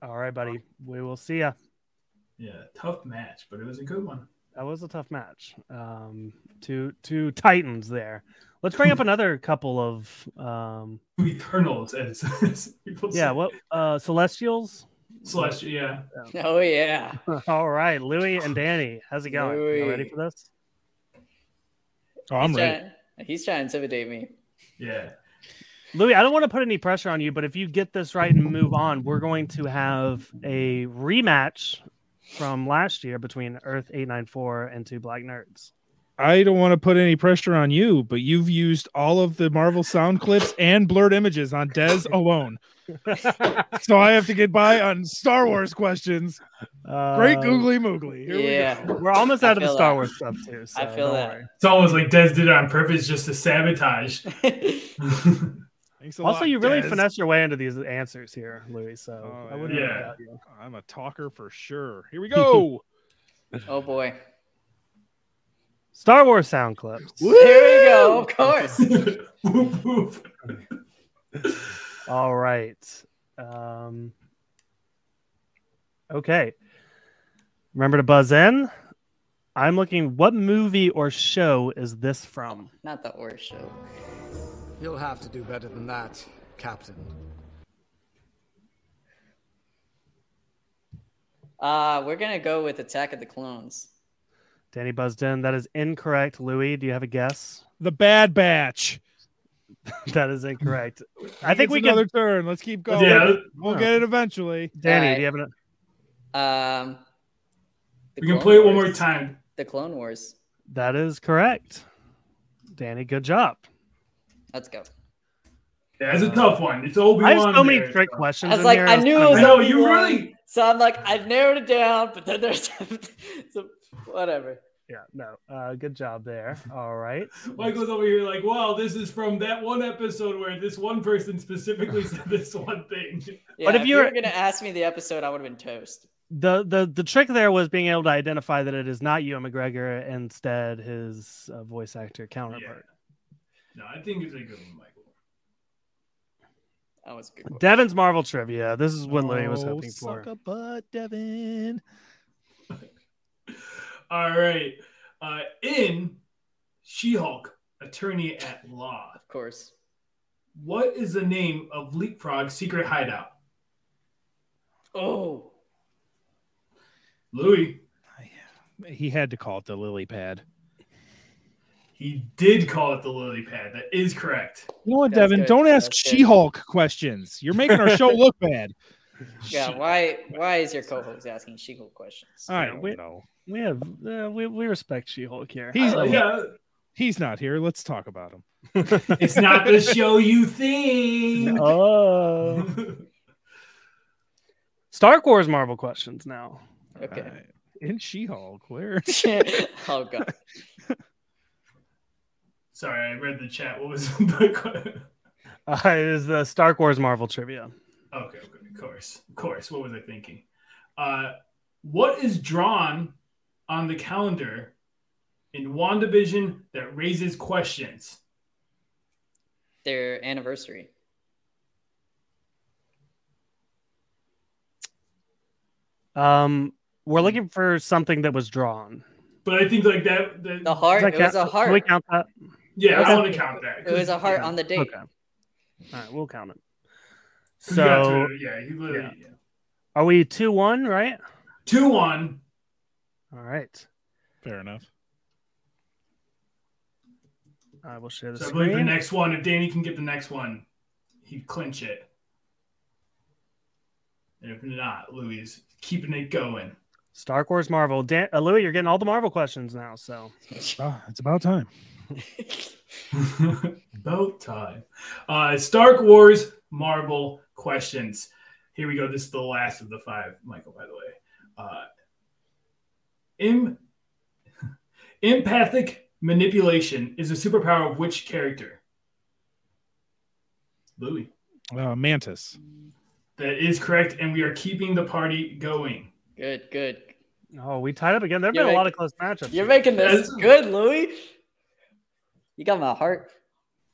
Speaker 1: All right, buddy. We will see ya.
Speaker 2: Yeah, tough match, but it was a good one.
Speaker 1: That was a tough match. Um, two two titans there. Let's bring
Speaker 2: <laughs>
Speaker 1: up another couple of um,
Speaker 2: Eternals, as, as <laughs> people
Speaker 1: yeah.
Speaker 2: say.
Speaker 1: What uh, Celestials?
Speaker 2: Celestial, yeah.
Speaker 9: <laughs> Oh yeah.
Speaker 1: <laughs> All right, Louis and Danny, how's it going? You ready
Speaker 9: Louis.
Speaker 1: for this?
Speaker 5: Oh, I'm
Speaker 9: he's
Speaker 5: ready.
Speaker 9: Trying, he's trying to intimidate me.
Speaker 2: Yeah.
Speaker 1: Louis, I don't want to put any pressure on you, but if you get this right and move on, we're going to have a rematch from last year between Earth 894 and two black nerds.
Speaker 5: I don't want to put any pressure on you, but you've used all of the Marvel sound clips and blurred images on Dez
Speaker 1: <laughs>
Speaker 5: alone. so I have to get by on Star Wars questions. Great
Speaker 1: Um,
Speaker 5: googly moogly. Here
Speaker 9: Uh, yeah.
Speaker 5: we go.
Speaker 1: We're almost out of the
Speaker 9: feel
Speaker 1: Star
Speaker 9: that.
Speaker 1: Wars stuff too. So
Speaker 9: I feel
Speaker 1: don't
Speaker 9: that.
Speaker 1: worry.
Speaker 2: It's almost like Des did it on purpose just
Speaker 9: <laughs>
Speaker 2: to sabotage. <laughs>
Speaker 5: Thanks a
Speaker 1: Also,
Speaker 5: lot,
Speaker 1: you really
Speaker 5: Dez.
Speaker 1: finesse your way into these answers here, Louis. So
Speaker 5: Oh,
Speaker 1: I
Speaker 5: yeah.
Speaker 1: wouldn't.
Speaker 2: Yeah.
Speaker 1: doubt you.
Speaker 5: I'm a talker for sure.
Speaker 9: <laughs>
Speaker 5: Here we go.
Speaker 9: Oh boy.
Speaker 1: Star Wars sound clips.
Speaker 9: Here we go. Of course.
Speaker 2: <laughs> Whoop, whoop.
Speaker 1: All right. Um, okay. Remember to buzz in. I'm looking. What movie or show is this from?
Speaker 9: Not the worst show.
Speaker 11: You'll have to do better than that, Captain.
Speaker 9: Uh, we're gonna go with Attack of the Clones.
Speaker 1: Danny buzzed in. That is incorrect. Louis, do you have a guess?
Speaker 5: The Bad Batch.
Speaker 1: <laughs> That is incorrect. I think
Speaker 5: It's
Speaker 1: we
Speaker 5: another
Speaker 1: can.
Speaker 5: turn. Let's keep going.
Speaker 2: Yeah.
Speaker 5: We'll get it eventually.
Speaker 1: Danny, do you have an?
Speaker 9: Um, the
Speaker 2: We can
Speaker 9: Clone
Speaker 2: play it one
Speaker 9: Wars.
Speaker 2: more time.
Speaker 9: The Clone Wars.
Speaker 1: That is correct. Danny, good job.
Speaker 9: Let's go.
Speaker 2: Yeah, it's a tough one. It's Obi Wan.
Speaker 1: I have so many trick questions.
Speaker 9: I was
Speaker 1: in
Speaker 9: like,
Speaker 1: here.
Speaker 9: I knew it
Speaker 1: kinda
Speaker 9: was
Speaker 1: mad.
Speaker 2: No, you
Speaker 9: Obi-Wan,
Speaker 2: really-
Speaker 9: So I'm like, I narrowed it down, but then there's <laughs> some, whatever.
Speaker 1: Yeah, no. Uh, good job there. All right.
Speaker 2: Michael's over here like, wow, this is from that one episode where this one person
Speaker 9: <laughs>
Speaker 2: specifically said this one thing.
Speaker 9: Yeah,
Speaker 1: But if
Speaker 9: if, you
Speaker 1: you're-
Speaker 9: were gonna ask me the episode, I would have been toast.
Speaker 1: the the the trick there was being able to identify that it is not Ewan McGregor, instead his uh, voice actor counterpart.
Speaker 2: No, I think it's a good one, Michael.
Speaker 9: That was a good. one.
Speaker 1: Devin's Marvel trivia. This is what Louis was hoping for.
Speaker 5: Oh, suck a butt, Devin.
Speaker 2: <laughs> All right. Uh, in She Hulk, Attorney at Law,
Speaker 9: Of course.
Speaker 2: what is the name of Leapfrog's secret hideout?
Speaker 9: Oh,
Speaker 2: Louis,
Speaker 5: He had to call it the lily pad.
Speaker 2: he did call it the lily pad. That is correct.
Speaker 5: You know what,
Speaker 9: That's
Speaker 5: Devin?
Speaker 9: good.
Speaker 5: Don't ask
Speaker 9: That's good.
Speaker 5: She Hulk questions. You're making our
Speaker 9: <laughs>
Speaker 5: show look bad.
Speaker 1: <laughs>
Speaker 9: yeah. Why? Why is your co-host asking She-Hulk questions?
Speaker 5: I
Speaker 1: Yeah,
Speaker 5: don't
Speaker 1: we-
Speaker 5: know.
Speaker 1: We have uh, we we respect She-Hulk here.
Speaker 5: He's
Speaker 2: Yeah,
Speaker 5: he's not here. Let's talk about him.
Speaker 2: <laughs> it's not the show you
Speaker 1: <laughs>
Speaker 2: think.
Speaker 1: oh, Star Wars Marvel questions now.
Speaker 9: Okay.
Speaker 5: In She Hulk, where?
Speaker 9: <laughs> oh god.
Speaker 2: Sorry, I read the chat. What was <laughs> the question?
Speaker 1: <laughs> Uh, it is the Star Wars Marvel trivia.
Speaker 2: Okay, okay, of course, of course. What was I thinking? Uh, what is drawn on the calendar in WandaVision that raises questions?
Speaker 9: Their anniversary.
Speaker 1: Um, we're looking for something that was drawn.
Speaker 2: Hmm. But I think like that. that
Speaker 9: The heart.
Speaker 1: Does
Speaker 9: It
Speaker 1: that
Speaker 9: was
Speaker 1: count?
Speaker 9: a heart.
Speaker 1: Can we count that?
Speaker 2: yeah, I
Speaker 9: Okay.
Speaker 2: want to count that.
Speaker 9: It was a heart
Speaker 2: yeah.
Speaker 9: on the date.
Speaker 1: Okay. All right, we'll count it.
Speaker 2: He got
Speaker 1: So
Speaker 2: to- yeah, he literally
Speaker 1: are we two one right?
Speaker 2: two one.
Speaker 1: All right.
Speaker 5: Fair enough.
Speaker 1: I will share the
Speaker 2: So I believe the
Speaker 1: screen.
Speaker 2: next one. If Danny can get the next one, he'd clinch it. And if not, Louis is keeping it going.
Speaker 1: Star Wars Marvel. Dan- uh, Louis, you're getting all the Marvel questions now. So
Speaker 5: Ah, it's about
Speaker 2: <laughs>
Speaker 5: time.
Speaker 2: About time. Uh, Stark Wars Marvel questions. Here we go. This is the last of the five, Michael, by the way. Uh, im- <laughs> empathic manipulation is a superpower of which character? Louis.
Speaker 5: Uh, Mantis.
Speaker 2: That is correct. And we are keeping the party going.
Speaker 9: Good. Good.
Speaker 1: oh, we tied up again. There've
Speaker 9: You're
Speaker 1: been a lot of close matchups.
Speaker 9: You're making this
Speaker 2: Yes.
Speaker 9: good, Louis. You got my heart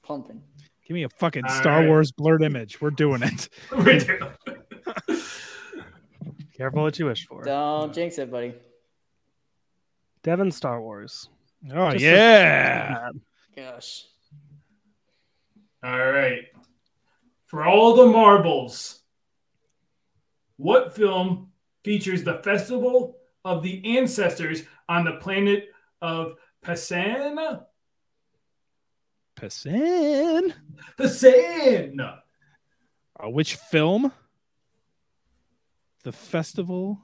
Speaker 9: pumping.
Speaker 5: Give me a fucking
Speaker 2: All
Speaker 5: Star
Speaker 2: right.
Speaker 5: Wars blurred image. We're doing it.
Speaker 1: Careful what you wish for.
Speaker 9: Don't jinx it, buddy.
Speaker 1: Devin Star Wars.
Speaker 5: Oh
Speaker 1: Just
Speaker 5: yeah.
Speaker 9: Gosh.
Speaker 2: All right. For all the marbles, what film features the festival of the ancestors on the planet of Pasan?
Speaker 5: Pasan.
Speaker 2: Pasan. No.
Speaker 5: Uh, which film? The festival.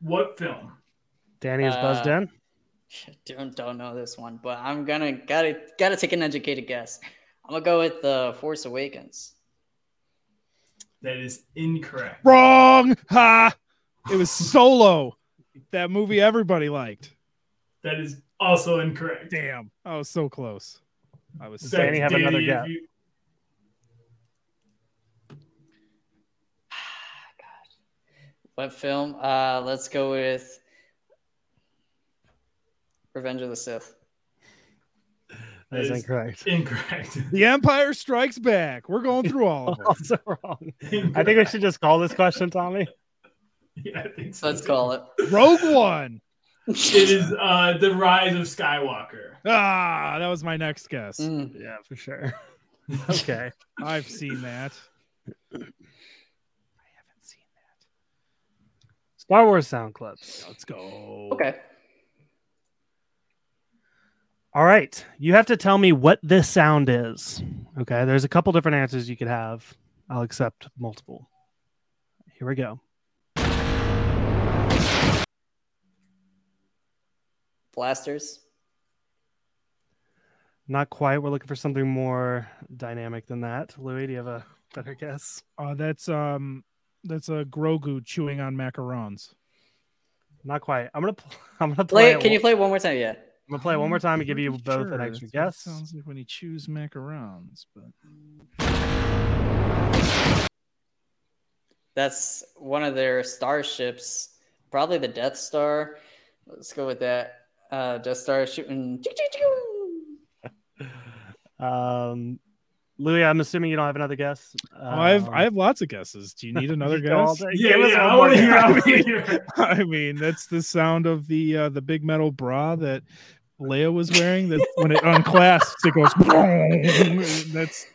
Speaker 2: What film?
Speaker 1: Danny is buzzed
Speaker 9: Uh,
Speaker 1: in.
Speaker 9: Don't don't know this one, but I'm gonna gotta gotta take an educated guess. I'm gonna go with the Force Awakens.
Speaker 2: That is incorrect.
Speaker 5: Wrong. Ha. It was Solo. that movie everybody liked.
Speaker 2: That is also incorrect.
Speaker 5: Damn. I was so close. I was. so-
Speaker 1: Danny, have another
Speaker 2: if
Speaker 1: guess.
Speaker 2: you-
Speaker 9: What film? Uh, let's go with Revenge of the Sith.
Speaker 1: <laughs> That is incorrect.
Speaker 2: Incorrect.
Speaker 5: <laughs> The Empire Strikes Back. We're going through
Speaker 1: <laughs>
Speaker 5: all of them.
Speaker 1: Also wrong. I think we should just call this question, Tommy.
Speaker 2: <laughs> Yeah, I think so.
Speaker 9: Let's call it.
Speaker 5: Rogue One.
Speaker 2: It is uh, the Rise of Skywalker.
Speaker 5: Ah, that was my next guess.
Speaker 9: Mm.
Speaker 1: Yeah, for
Speaker 5: <laughs>
Speaker 1: sure. Okay.
Speaker 5: I've seen that.
Speaker 1: Star Wars sound clips.
Speaker 5: Let's go.
Speaker 9: Okay.
Speaker 1: All right. You have to tell me what this sound is. Okay. There's a couple different answers you could have. I'll accept multiple. Here we go.
Speaker 9: Blasters.
Speaker 1: Not quite. We're looking for something more dynamic than that. Louis, do you have a better guess?
Speaker 5: Uh, that's um, that's a Grogu chewing on macarons.
Speaker 1: Not quite. <laughs> I'm gonna. Pl- I'm gonna
Speaker 9: Play.
Speaker 1: play.
Speaker 9: it. Can you play it one more time? Yeah.
Speaker 1: I'm gonna play it one more time and give you both an extra guess.
Speaker 5: Sounds like when he chews macarons, but
Speaker 9: That's one of their starships, probably the Death Star. Let's go with that. Uh, Death Star shooting.
Speaker 1: Um, Louis, I'm assuming you don't have another guess.
Speaker 5: oh, I've
Speaker 1: Um,
Speaker 5: I have lots of guesses. Do you
Speaker 1: <laughs>
Speaker 5: need another
Speaker 1: go all
Speaker 5: guess?
Speaker 1: day.
Speaker 2: Yeah,
Speaker 1: Give us
Speaker 2: yeah,
Speaker 1: one
Speaker 2: I
Speaker 1: more
Speaker 2: want to hear.
Speaker 1: guess.
Speaker 2: I want to hear.
Speaker 5: <laughs>
Speaker 1: <laughs>
Speaker 5: I mean, that's the sound of the uh, the big metal bra that Leia was wearing. That when it unclasps, it
Speaker 1: <laughs>
Speaker 5: goes. boom. that's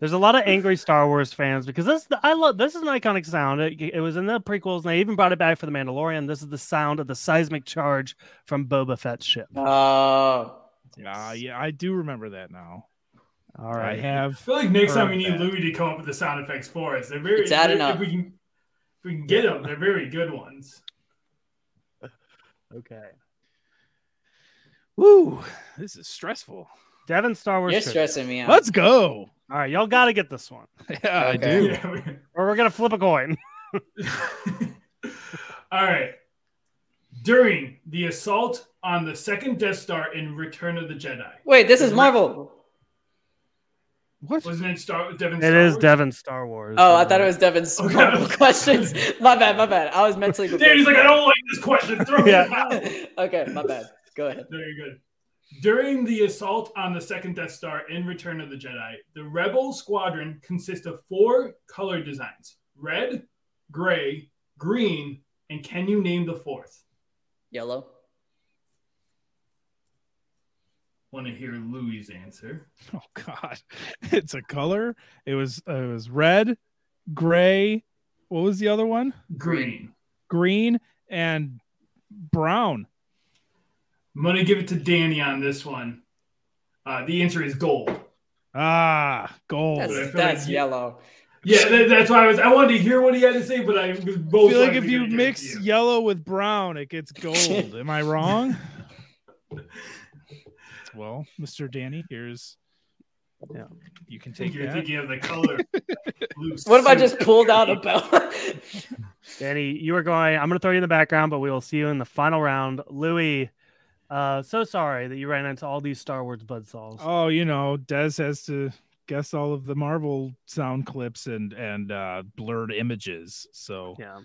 Speaker 1: There's a lot of angry Star Wars fans because this I love this is an iconic sound. It, it was in the prequels and they even brought it back for the Mandalorian. This is the sound of the seismic charge from Boba Fett's ship. Uh,
Speaker 9: Oh,
Speaker 5: yeah, yeah. I do remember that now.
Speaker 1: All
Speaker 5: I
Speaker 1: right.
Speaker 2: I
Speaker 5: have.
Speaker 2: feel like next time
Speaker 5: heard
Speaker 2: we need
Speaker 5: that.
Speaker 2: Louis to come up with the sound effects for us. They're very.
Speaker 9: It's adding
Speaker 2: they're-
Speaker 9: up.
Speaker 2: If we can, if we can get them, they're very good
Speaker 5: <laughs>
Speaker 2: ones.
Speaker 1: Okay.
Speaker 5: Woo, this is stressful.
Speaker 1: Devin Star Wars.
Speaker 9: you're
Speaker 1: trivia.
Speaker 9: stressing me out.
Speaker 5: Let's go.
Speaker 1: All right, y'all got to get this one,
Speaker 5: <laughs> Yeah, I
Speaker 9: Okay.
Speaker 5: do.
Speaker 2: Yeah, we-
Speaker 1: or we're gonna flip a coin.
Speaker 2: All right. During the assault on the second Death Star in Return of the Jedi,
Speaker 9: Wait, this is Marvel.
Speaker 5: What?
Speaker 2: wasn't it Star Devin?
Speaker 1: It
Speaker 2: Star
Speaker 1: is
Speaker 2: Wars?
Speaker 1: Devin Star Wars.
Speaker 9: Oh, I thought it was Devin's
Speaker 2: Okay.
Speaker 9: Marvel <laughs> questions. My bad, my bad. I was mentally.
Speaker 2: Dude, he's like, I don't like this question. Throw
Speaker 1: Yeah.
Speaker 2: it out.
Speaker 9: <laughs> okay, my bad. Go ahead.
Speaker 2: Very good. During the assault on the second Death Star in Return of the Jedi, the Rebel squadron consists of four color designs red, gray, green, and can you name the fourth?
Speaker 9: Yellow.
Speaker 2: Want to hear Louis' answer?
Speaker 5: <laughs> Oh God, it's a color. It was uh, it was red, gray. What was the other one?
Speaker 2: Green.
Speaker 5: Green and brown.
Speaker 2: I'm going to give it to Danny on this one. Uh, the answer is gold.
Speaker 5: Ah, gold.
Speaker 2: I feel
Speaker 9: That's,
Speaker 2: like
Speaker 9: that's
Speaker 2: you-
Speaker 9: yellow.
Speaker 2: Yeah, that, that's why I was. I wanted to hear what he had to say, but I was
Speaker 5: I
Speaker 2: both.
Speaker 5: feel like if
Speaker 2: likely
Speaker 5: you
Speaker 2: gonna give it
Speaker 5: mix
Speaker 2: to you.
Speaker 5: yellow with brown, it gets gold. Am I
Speaker 2: <laughs>
Speaker 5: wrong? well, Mr. Danny, here's.
Speaker 1: Yeah.
Speaker 5: you can
Speaker 2: I think
Speaker 5: take
Speaker 2: you're
Speaker 5: that.
Speaker 2: thinking of the color. Luke's
Speaker 9: <laughs> What if I
Speaker 2: suit.
Speaker 9: just pulled out a bell? <laughs>
Speaker 1: Danny, you are going. I'm going to throw you in the background, but we will see you in the final round. Louis, uh, so sorry that you ran into all these Star Wars buzzsaws.
Speaker 5: <laughs> Oh, you know, Des has to guess all of the Marvel sound clips and and uh, blurred images. So
Speaker 1: Yeah.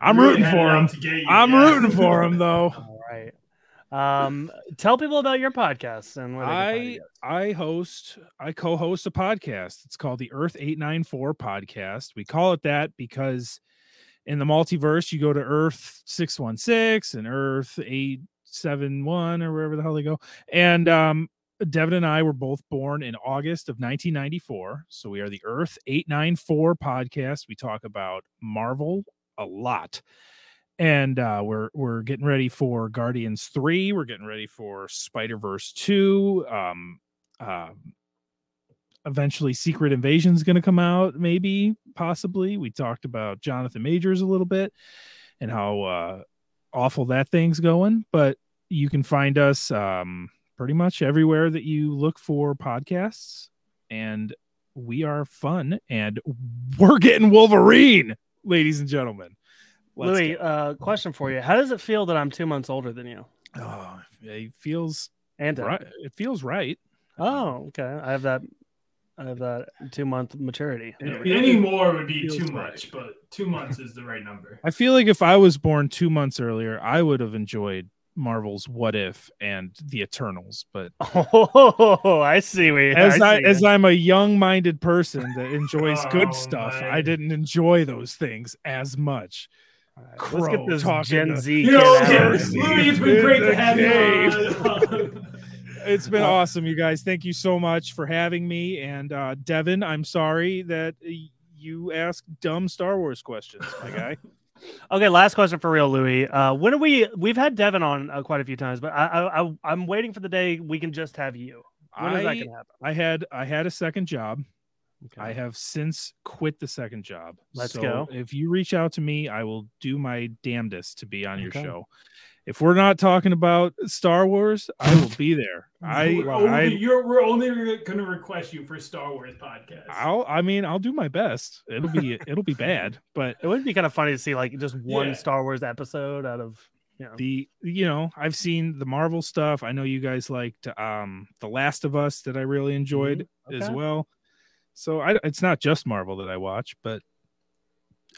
Speaker 5: I'm
Speaker 2: Really
Speaker 5: rooting
Speaker 2: had it
Speaker 5: for
Speaker 2: out
Speaker 5: him.
Speaker 2: to get you,
Speaker 5: I'm
Speaker 2: yeah.
Speaker 5: rooting for him though.
Speaker 1: <laughs> All right. Um, tell people about your podcast and where they can find
Speaker 5: I I host I co-host a podcast. It's called the Earth 894 podcast. We call it that because in the multiverse you go to Earth 616 and Earth 871 or wherever the hell they go. And um Devin and I were both born in August of 1994. So we are the Earth 894 podcast. We talk about Marvel a lot and uh, we're we're getting ready for Guardians three. We're getting ready for Spider Verse two. Um, uh, eventually, Secret Invasion's going to come out. Maybe, possibly. We talked about Jonathan Majors a little bit and how uh, awful that thing's going. But you can find us um, pretty much everywhere that you look for podcasts, and we are fun. And we're getting Wolverine, ladies and gentlemen. Let's
Speaker 1: Louis, uh, question for you: How does it feel that I'm two months older than you?
Speaker 5: Oh, it feels
Speaker 1: and uh,
Speaker 5: right. It feels right.
Speaker 1: Oh, okay. I have that. I have that two month maturity.
Speaker 2: Any more would be too much, but two months is the right number.
Speaker 5: I feel like if I was born two months earlier, I would have enjoyed Marvel's <laughs> What If and the Eternals.
Speaker 2: <laughs>
Speaker 5: But
Speaker 1: Oh, I see. We
Speaker 5: <laughs> as I,
Speaker 1: see
Speaker 5: as
Speaker 1: it.
Speaker 5: I'm a young minded person that
Speaker 1: <laughs>
Speaker 5: enjoys
Speaker 1: Oh,
Speaker 5: good stuff, I
Speaker 1: man.
Speaker 5: didn't enjoy those things as much.
Speaker 1: let's get this Gen Z
Speaker 5: You
Speaker 1: kid
Speaker 5: know,
Speaker 1: out of here.
Speaker 5: Gen
Speaker 1: Louis, it's been
Speaker 5: is
Speaker 1: great to
Speaker 5: the
Speaker 1: have you <laughs>
Speaker 5: game.
Speaker 1: on.
Speaker 5: It's been awesome, you guys. Thank you so much for having me. And uh, Devin, I'm sorry that uh, you asked dumb Star Wars questions, my guy.
Speaker 1: <laughs> Okay, last question for real, Louis. Uh, when are we? We've had Devin on uh, quite a few times, but I, I, I I'm waiting for the day we can just have you. When is that
Speaker 5: I,
Speaker 1: gonna happen?
Speaker 5: I had I had a second job. I have since quit the second job.
Speaker 1: Let's
Speaker 5: So
Speaker 1: go.
Speaker 5: If you reach out to me, I will do my damnedest to be on your
Speaker 1: Okay.
Speaker 5: show. If we're not talking about Star Wars, I will
Speaker 1: <laughs>
Speaker 5: be there. I,
Speaker 2: we're only,
Speaker 5: I,
Speaker 2: you're, we're only going to request you for Star Wars podcast.
Speaker 5: I'll, I mean, I'll do my best. It'll be, it'll
Speaker 1: <laughs>
Speaker 5: be bad, but
Speaker 1: It would be kind of funny to see like just one
Speaker 5: Yeah.
Speaker 1: Star Wars episode out of you know.
Speaker 5: the you know i've seen the marvel stuff i know you guys liked um the last of us that i really enjoyed
Speaker 1: Mhm.
Speaker 5: as
Speaker 1: Okay.
Speaker 5: well so I, it's not just marvel that i watch but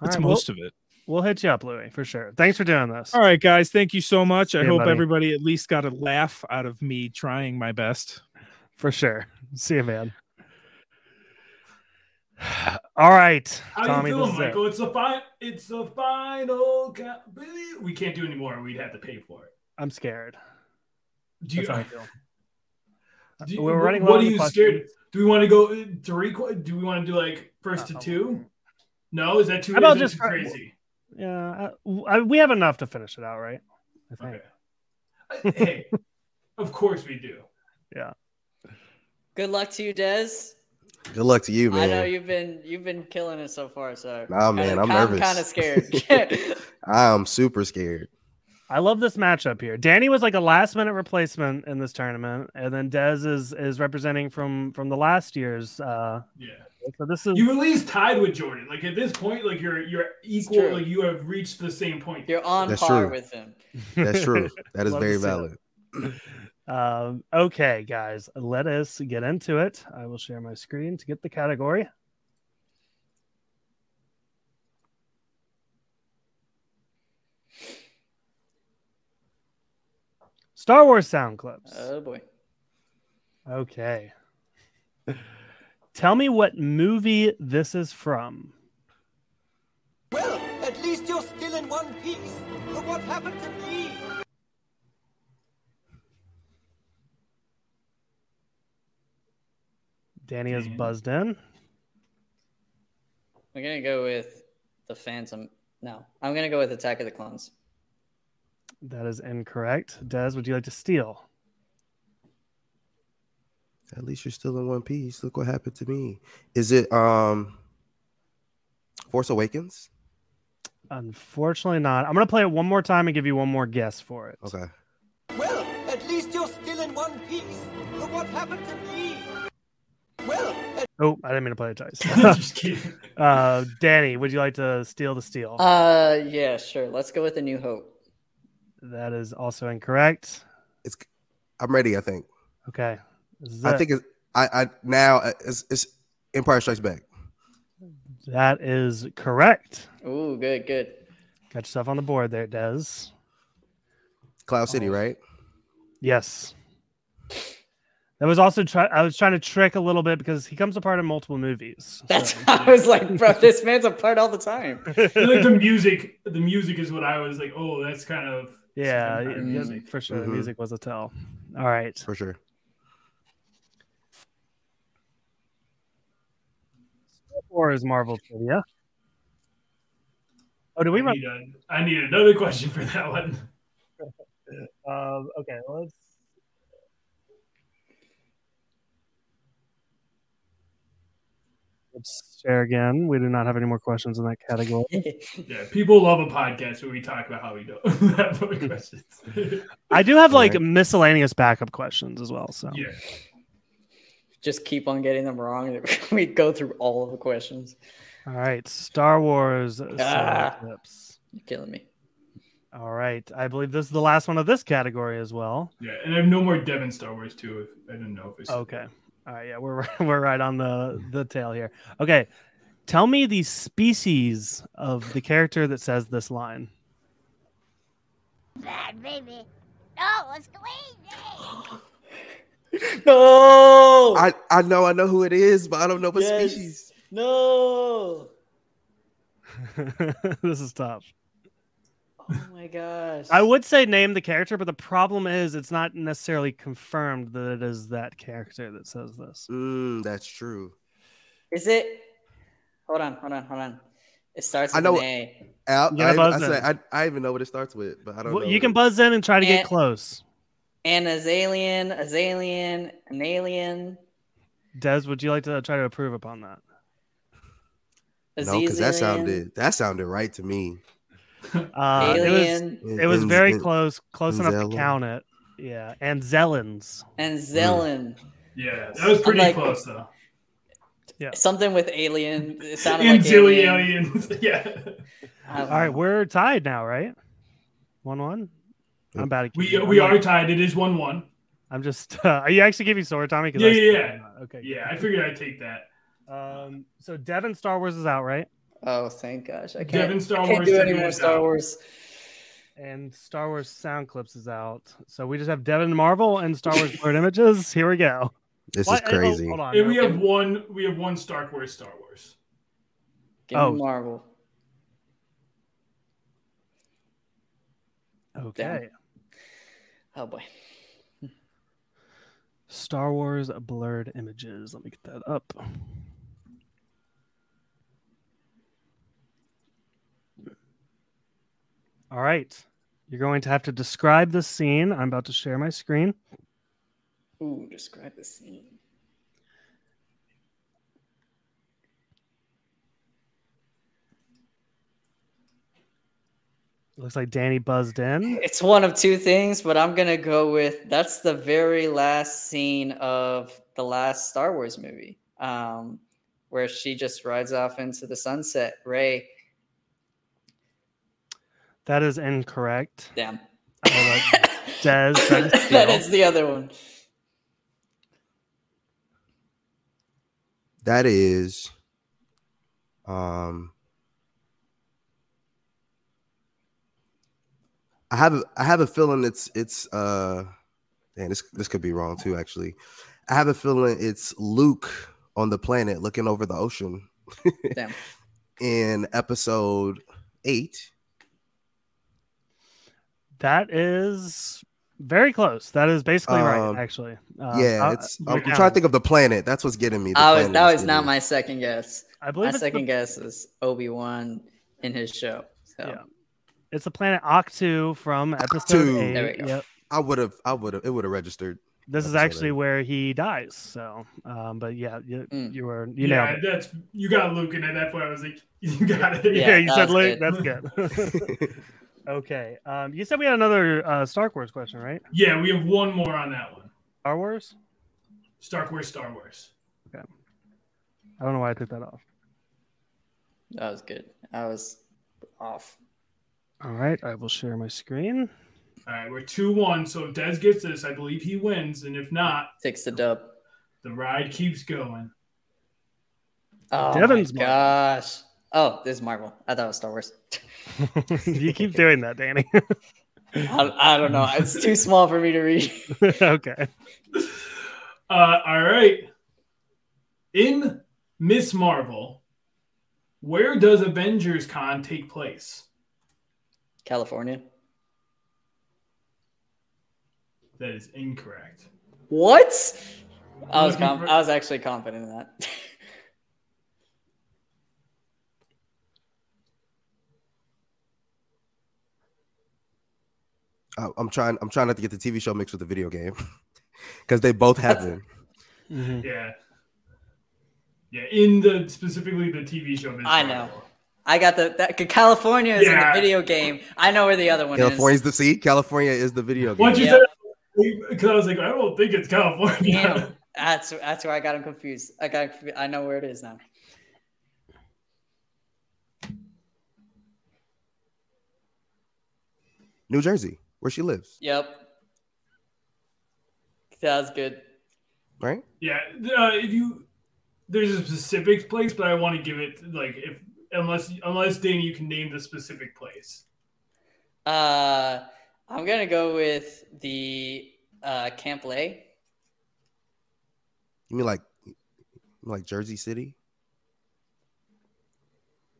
Speaker 1: All
Speaker 5: it's
Speaker 1: right, well-
Speaker 5: most of it
Speaker 1: We'll hit you up, Louis, for sure. Thanks for doing this.
Speaker 5: all right guys thank you so much i
Speaker 1: Yeah,
Speaker 5: hope
Speaker 1: buddy.
Speaker 5: everybody at least got a laugh out of me trying my best
Speaker 1: for sure see you
Speaker 5: <laughs>
Speaker 1: man All right,
Speaker 2: How
Speaker 1: Tommy.
Speaker 2: you
Speaker 1: This
Speaker 2: feeling,
Speaker 1: is it.
Speaker 2: Michael? It's the final. It's the final. Ca- we can't do anymore. We'd have to pay for it.
Speaker 1: I'm scared.
Speaker 2: Do you,
Speaker 1: That's how I feel.
Speaker 2: do you-
Speaker 1: We're
Speaker 2: wh-
Speaker 1: running low
Speaker 2: What
Speaker 1: on
Speaker 2: are you scared? Do we want to go uh, three? qu- Do we want to do like first to two? No, is that too,
Speaker 1: How about
Speaker 2: is that
Speaker 1: just
Speaker 2: too
Speaker 1: for-
Speaker 2: crazy?
Speaker 1: Yeah, I, I- we have enough to finish it out, right? I think.
Speaker 2: hey, of course we do.
Speaker 1: <laughs> Yeah.
Speaker 9: Good luck to you, Dez.
Speaker 6: Good luck to you,
Speaker 9: I know
Speaker 6: man.
Speaker 9: you've been you've been killing it so far. So
Speaker 6: Nah, man, I'm nervous.
Speaker 9: kind of scared.
Speaker 6: <laughs>
Speaker 9: <laughs>
Speaker 6: I'm super scared.
Speaker 1: I love this matchup here. Danny was like a last minute replacement in this tournament, and then Dez is is representing from from the last year's. Uh,
Speaker 2: yeah.
Speaker 1: So this is
Speaker 2: You at least tied with Jordan. Like at this point, like you're you're equal. Like you have reached the same point.
Speaker 9: You're on
Speaker 6: That's par true. with
Speaker 9: him.
Speaker 6: <laughs> That's true. That is
Speaker 1: Love
Speaker 6: very
Speaker 1: to see
Speaker 6: valid.
Speaker 1: Um, okay, guys, let us get into it. I will share my screen to get the category. Star Wars sound clips.
Speaker 9: oh boy.
Speaker 1: Okay. Tell me what movie this is from.
Speaker 13: Well, at least you're still in one piece. Look what happened to me.
Speaker 1: Danny is buzzed in.
Speaker 9: I'm gonna go with the Phantom. No, I'm gonna go with Attack of the Clones.
Speaker 1: That is incorrect. Des, would you like to steal?
Speaker 6: At least you're still in one piece. Look what happened to me. Is it um Force Awakens?
Speaker 1: Unfortunately, not. I'm going to play it one more time and give you one more guess for it.
Speaker 6: Okay.
Speaker 13: Well, at least you're still in one piece. Look what happened to me. Well, at-
Speaker 1: Oh, I didn't mean to play it twice. <laughs> uh, Danny, would you like to steal the steal?
Speaker 9: Uh, yeah, sure. Let's go with A New Hope.
Speaker 1: that is also incorrect.
Speaker 6: I'm ready, I think.
Speaker 1: Okay. This is
Speaker 6: I
Speaker 1: it.
Speaker 6: think it's I, I now uh, it's, it's Empire Strikes Back.
Speaker 1: that is correct.
Speaker 9: Ooh, good, good.
Speaker 1: Got yourself on the board there, Des.
Speaker 6: Cloud City, right?
Speaker 1: Yes. That was also try- I was trying to trick a little bit because he comes apart in multiple movies.
Speaker 9: That's I was like, bro, this man's apart all the
Speaker 1: <laughs>
Speaker 9: time.
Speaker 2: like the music, the music is what I was like. Oh, that's kind of
Speaker 1: Yeah,
Speaker 2: kind
Speaker 1: yeah,
Speaker 2: of music.
Speaker 1: for sure.
Speaker 6: Mhm.
Speaker 1: The music was a tell. All right.
Speaker 6: For sure.
Speaker 1: Or is Marvel trivia? Oh, do we
Speaker 2: I
Speaker 1: run?
Speaker 2: need, a, I need another question for that one.
Speaker 1: Um, okay, let's. Let's share again. We do not have any more questions in that category.
Speaker 2: <laughs> Yeah, people love a podcast where we talk about how we don't <laughs> have other questions.
Speaker 1: I do have like miscellaneous backup questions as well. So
Speaker 2: Yeah.
Speaker 9: Just keep on getting them wrong. <laughs> We go through all of the questions.
Speaker 1: All right, Star Wars. uh,
Speaker 9: Ah.
Speaker 1: solar eclipse.
Speaker 9: You're killing me.
Speaker 1: All right, I believe this is the last one of this category as well.
Speaker 2: Yeah, and I have no more Devin Star Wars too. If I didn't know if it's
Speaker 1: Okay. All right, yeah, we're <laughs> we're right on the the tail here. Okay, tell me the species of the character that says this line. <laughs>
Speaker 14: Bad baby. No, it's crazy.
Speaker 9: <laughs> No.
Speaker 6: I, I know I know who it is, but I don't know what
Speaker 9: Yes.
Speaker 6: species.
Speaker 9: No.
Speaker 1: this is tough.
Speaker 9: Oh my gosh.
Speaker 1: I would say name the character, but the problem is it's not necessarily confirmed that it is that character that says this.
Speaker 6: Mm, that's true.
Speaker 9: Is it? Hold on, hold on, hold on. It starts
Speaker 6: I
Speaker 9: with
Speaker 6: know-
Speaker 9: an A.
Speaker 6: Al,
Speaker 1: Yeah,
Speaker 6: I, even- I,
Speaker 1: buzz
Speaker 6: said,
Speaker 1: in.
Speaker 6: I, I even know what it starts with, but I don't
Speaker 1: Well,
Speaker 6: know.
Speaker 1: you can
Speaker 6: it.
Speaker 1: buzz in and try to get
Speaker 9: Eh.
Speaker 1: close.
Speaker 9: An alien, as alien, an alien.
Speaker 1: Des, would you like to try to improve upon that?
Speaker 6: No, because that
Speaker 9: Azazillion,
Speaker 6: sounded that sounded right to me.
Speaker 1: Uh, it was- It was,
Speaker 9: Alien.
Speaker 6: In-
Speaker 1: very
Speaker 6: in-
Speaker 1: close, close enough
Speaker 6: Zelin.
Speaker 1: to count it. Yeah, and Zelens.
Speaker 9: and Zelen.
Speaker 2: Yeah, that was
Speaker 9: I'm
Speaker 2: pretty
Speaker 9: like-
Speaker 2: close though.
Speaker 1: Yeah.
Speaker 9: Something with alien. It sounded
Speaker 2: And
Speaker 9: like
Speaker 2: Dilly
Speaker 9: alien.
Speaker 2: aliens. <laughs> Yeah.
Speaker 9: I
Speaker 1: All
Speaker 9: don't
Speaker 1: right,
Speaker 9: know.
Speaker 1: we're tied now, right? One one. I'm about to. keep-
Speaker 2: We
Speaker 1: I'm
Speaker 2: we
Speaker 1: like-
Speaker 2: are tied. It is one one.
Speaker 1: I'm just. <laughs> Uh, are you actually giving sword, Tommy? 'Cause
Speaker 2: Yeah,
Speaker 1: I-
Speaker 2: yeah, yeah.
Speaker 1: Okay.
Speaker 2: Yeah, I figured I'd take that.
Speaker 1: Um. So Devin Star Wars is out, right?
Speaker 9: Oh, thank gosh. I can't,
Speaker 2: Devin Star
Speaker 9: I can't
Speaker 2: Wars
Speaker 9: do any
Speaker 2: trivia
Speaker 9: more
Speaker 2: is
Speaker 9: Star
Speaker 2: out.
Speaker 9: Wars.
Speaker 1: And Star Wars sound clips is out. So we just have Devin Marvel and Star Wars blurred images. Here we go.
Speaker 6: This
Speaker 1: is
Speaker 6: is crazy.
Speaker 1: hold on.
Speaker 2: And we
Speaker 1: no.
Speaker 2: have one we have one Star Wars Star Wars.
Speaker 9: Give
Speaker 1: Oh.
Speaker 9: me Marvel.
Speaker 1: okay.
Speaker 9: Oh boy.
Speaker 1: Star Wars blurred images. Let me get that up. All right. You're going to have to describe the scene. I'm about to share my screen.
Speaker 9: Ooh, describe the scene.
Speaker 1: It looks like Danny buzzed in.
Speaker 9: It's one of two things, but I'm gonna go with that's the very last scene of the last Star Wars movie, um, where she just rides off into the sunset. Ray,
Speaker 1: That is incorrect.
Speaker 9: damn,
Speaker 1: I
Speaker 9: <laughs>
Speaker 1: will let Des try to
Speaker 9: that
Speaker 1: steal.
Speaker 9: is the other
Speaker 1: <laughs>
Speaker 9: one.
Speaker 6: That is um I have a- I have a feeling it's it's uh man, this this could be wrong too actually. I have a feeling it's Luke on the planet looking over the ocean <laughs>
Speaker 9: Damn,
Speaker 6: in episode 8.
Speaker 1: That is very close. That is basically
Speaker 6: Um,
Speaker 1: right, actually. Uh,
Speaker 6: yeah,
Speaker 1: I-
Speaker 6: it's
Speaker 1: you're
Speaker 6: I'm, I'm trying
Speaker 1: counting.
Speaker 6: to think of the planet. That's what's getting me. The
Speaker 9: I was
Speaker 6: planet
Speaker 9: that
Speaker 6: is
Speaker 9: was
Speaker 6: getting
Speaker 9: not
Speaker 6: me.
Speaker 9: my second guess.
Speaker 1: I believe
Speaker 9: My
Speaker 1: it's
Speaker 9: second
Speaker 1: the,
Speaker 9: guess is Obi Wan in his show. So
Speaker 1: Yeah. it's the planet Octu from episode
Speaker 6: Octu.
Speaker 1: eight.
Speaker 9: There we go.
Speaker 1: Yep.
Speaker 6: I would have I would have it would have registered.
Speaker 1: This is
Speaker 6: episode
Speaker 1: actually
Speaker 6: eight.
Speaker 1: where he dies. So, um, but yeah, you,
Speaker 9: Mm.
Speaker 1: you were, you
Speaker 2: yeah,
Speaker 1: know,
Speaker 2: that's you got Luke, and at that point I was like, <laughs> you got
Speaker 1: <laughs>
Speaker 2: it.
Speaker 1: yeah,
Speaker 9: Yeah,
Speaker 1: you
Speaker 9: that
Speaker 1: said
Speaker 9: was
Speaker 1: Luke. That's good.
Speaker 6: <laughs>
Speaker 1: okay. Um, you said we had another uh, Star Wars question, right?
Speaker 2: <laughs> Yeah, we have one more on that one.
Speaker 1: Star Wars.
Speaker 2: Star Wars Star Wars.
Speaker 1: I don't know why I took that off.
Speaker 9: that was good. I was off.
Speaker 1: All right, I will share my screen.
Speaker 6: <laughs>
Speaker 2: All right, we're two one. So if Dez gets this, I believe he wins, and if not,
Speaker 9: Takes the dub.
Speaker 2: the ride keeps going.
Speaker 9: Oh
Speaker 1: Devin's
Speaker 9: my
Speaker 1: Marvel.
Speaker 9: gosh. <gasps> Oh, this is Marvel. I thought it was Star Wars.
Speaker 1: you keep doing that, Danny. <laughs>
Speaker 9: I, I don't know. It's too small for me to read. <laughs>
Speaker 1: okay.
Speaker 2: Uh, all right. In Miss Marvel, where does Avengers Con take place?
Speaker 9: California.
Speaker 2: That is incorrect.
Speaker 9: What? I was com- I was actually confident in that. <laughs>
Speaker 6: I- Uh, I'm trying. I'm trying not to get the TV show mixed with the video game <laughs> because they both have them.
Speaker 2: Yeah. Yeah, in the specifically the TV show. Miss
Speaker 9: I know. I got the that, California is in
Speaker 6: Yeah.
Speaker 9: the video game. I know where the other one
Speaker 6: California's the see. California is the video game.
Speaker 2: Once you
Speaker 9: Yeah.
Speaker 2: said, because I was like, I don't think
Speaker 9: is.
Speaker 2: it's California.
Speaker 9: Damn. That's that's where I got him confused. I got confu- I know where it is now.
Speaker 6: New Jersey, where she lives,
Speaker 9: Yep. That was good.
Speaker 6: right?
Speaker 2: Yeah, uh, if you there's a specific place, but I want to give it like if unless unless Danny, you can name the specific place.
Speaker 9: Uh, I'm gonna go with the uh, Camp Lay.
Speaker 6: You mean like, you mean like Jersey City?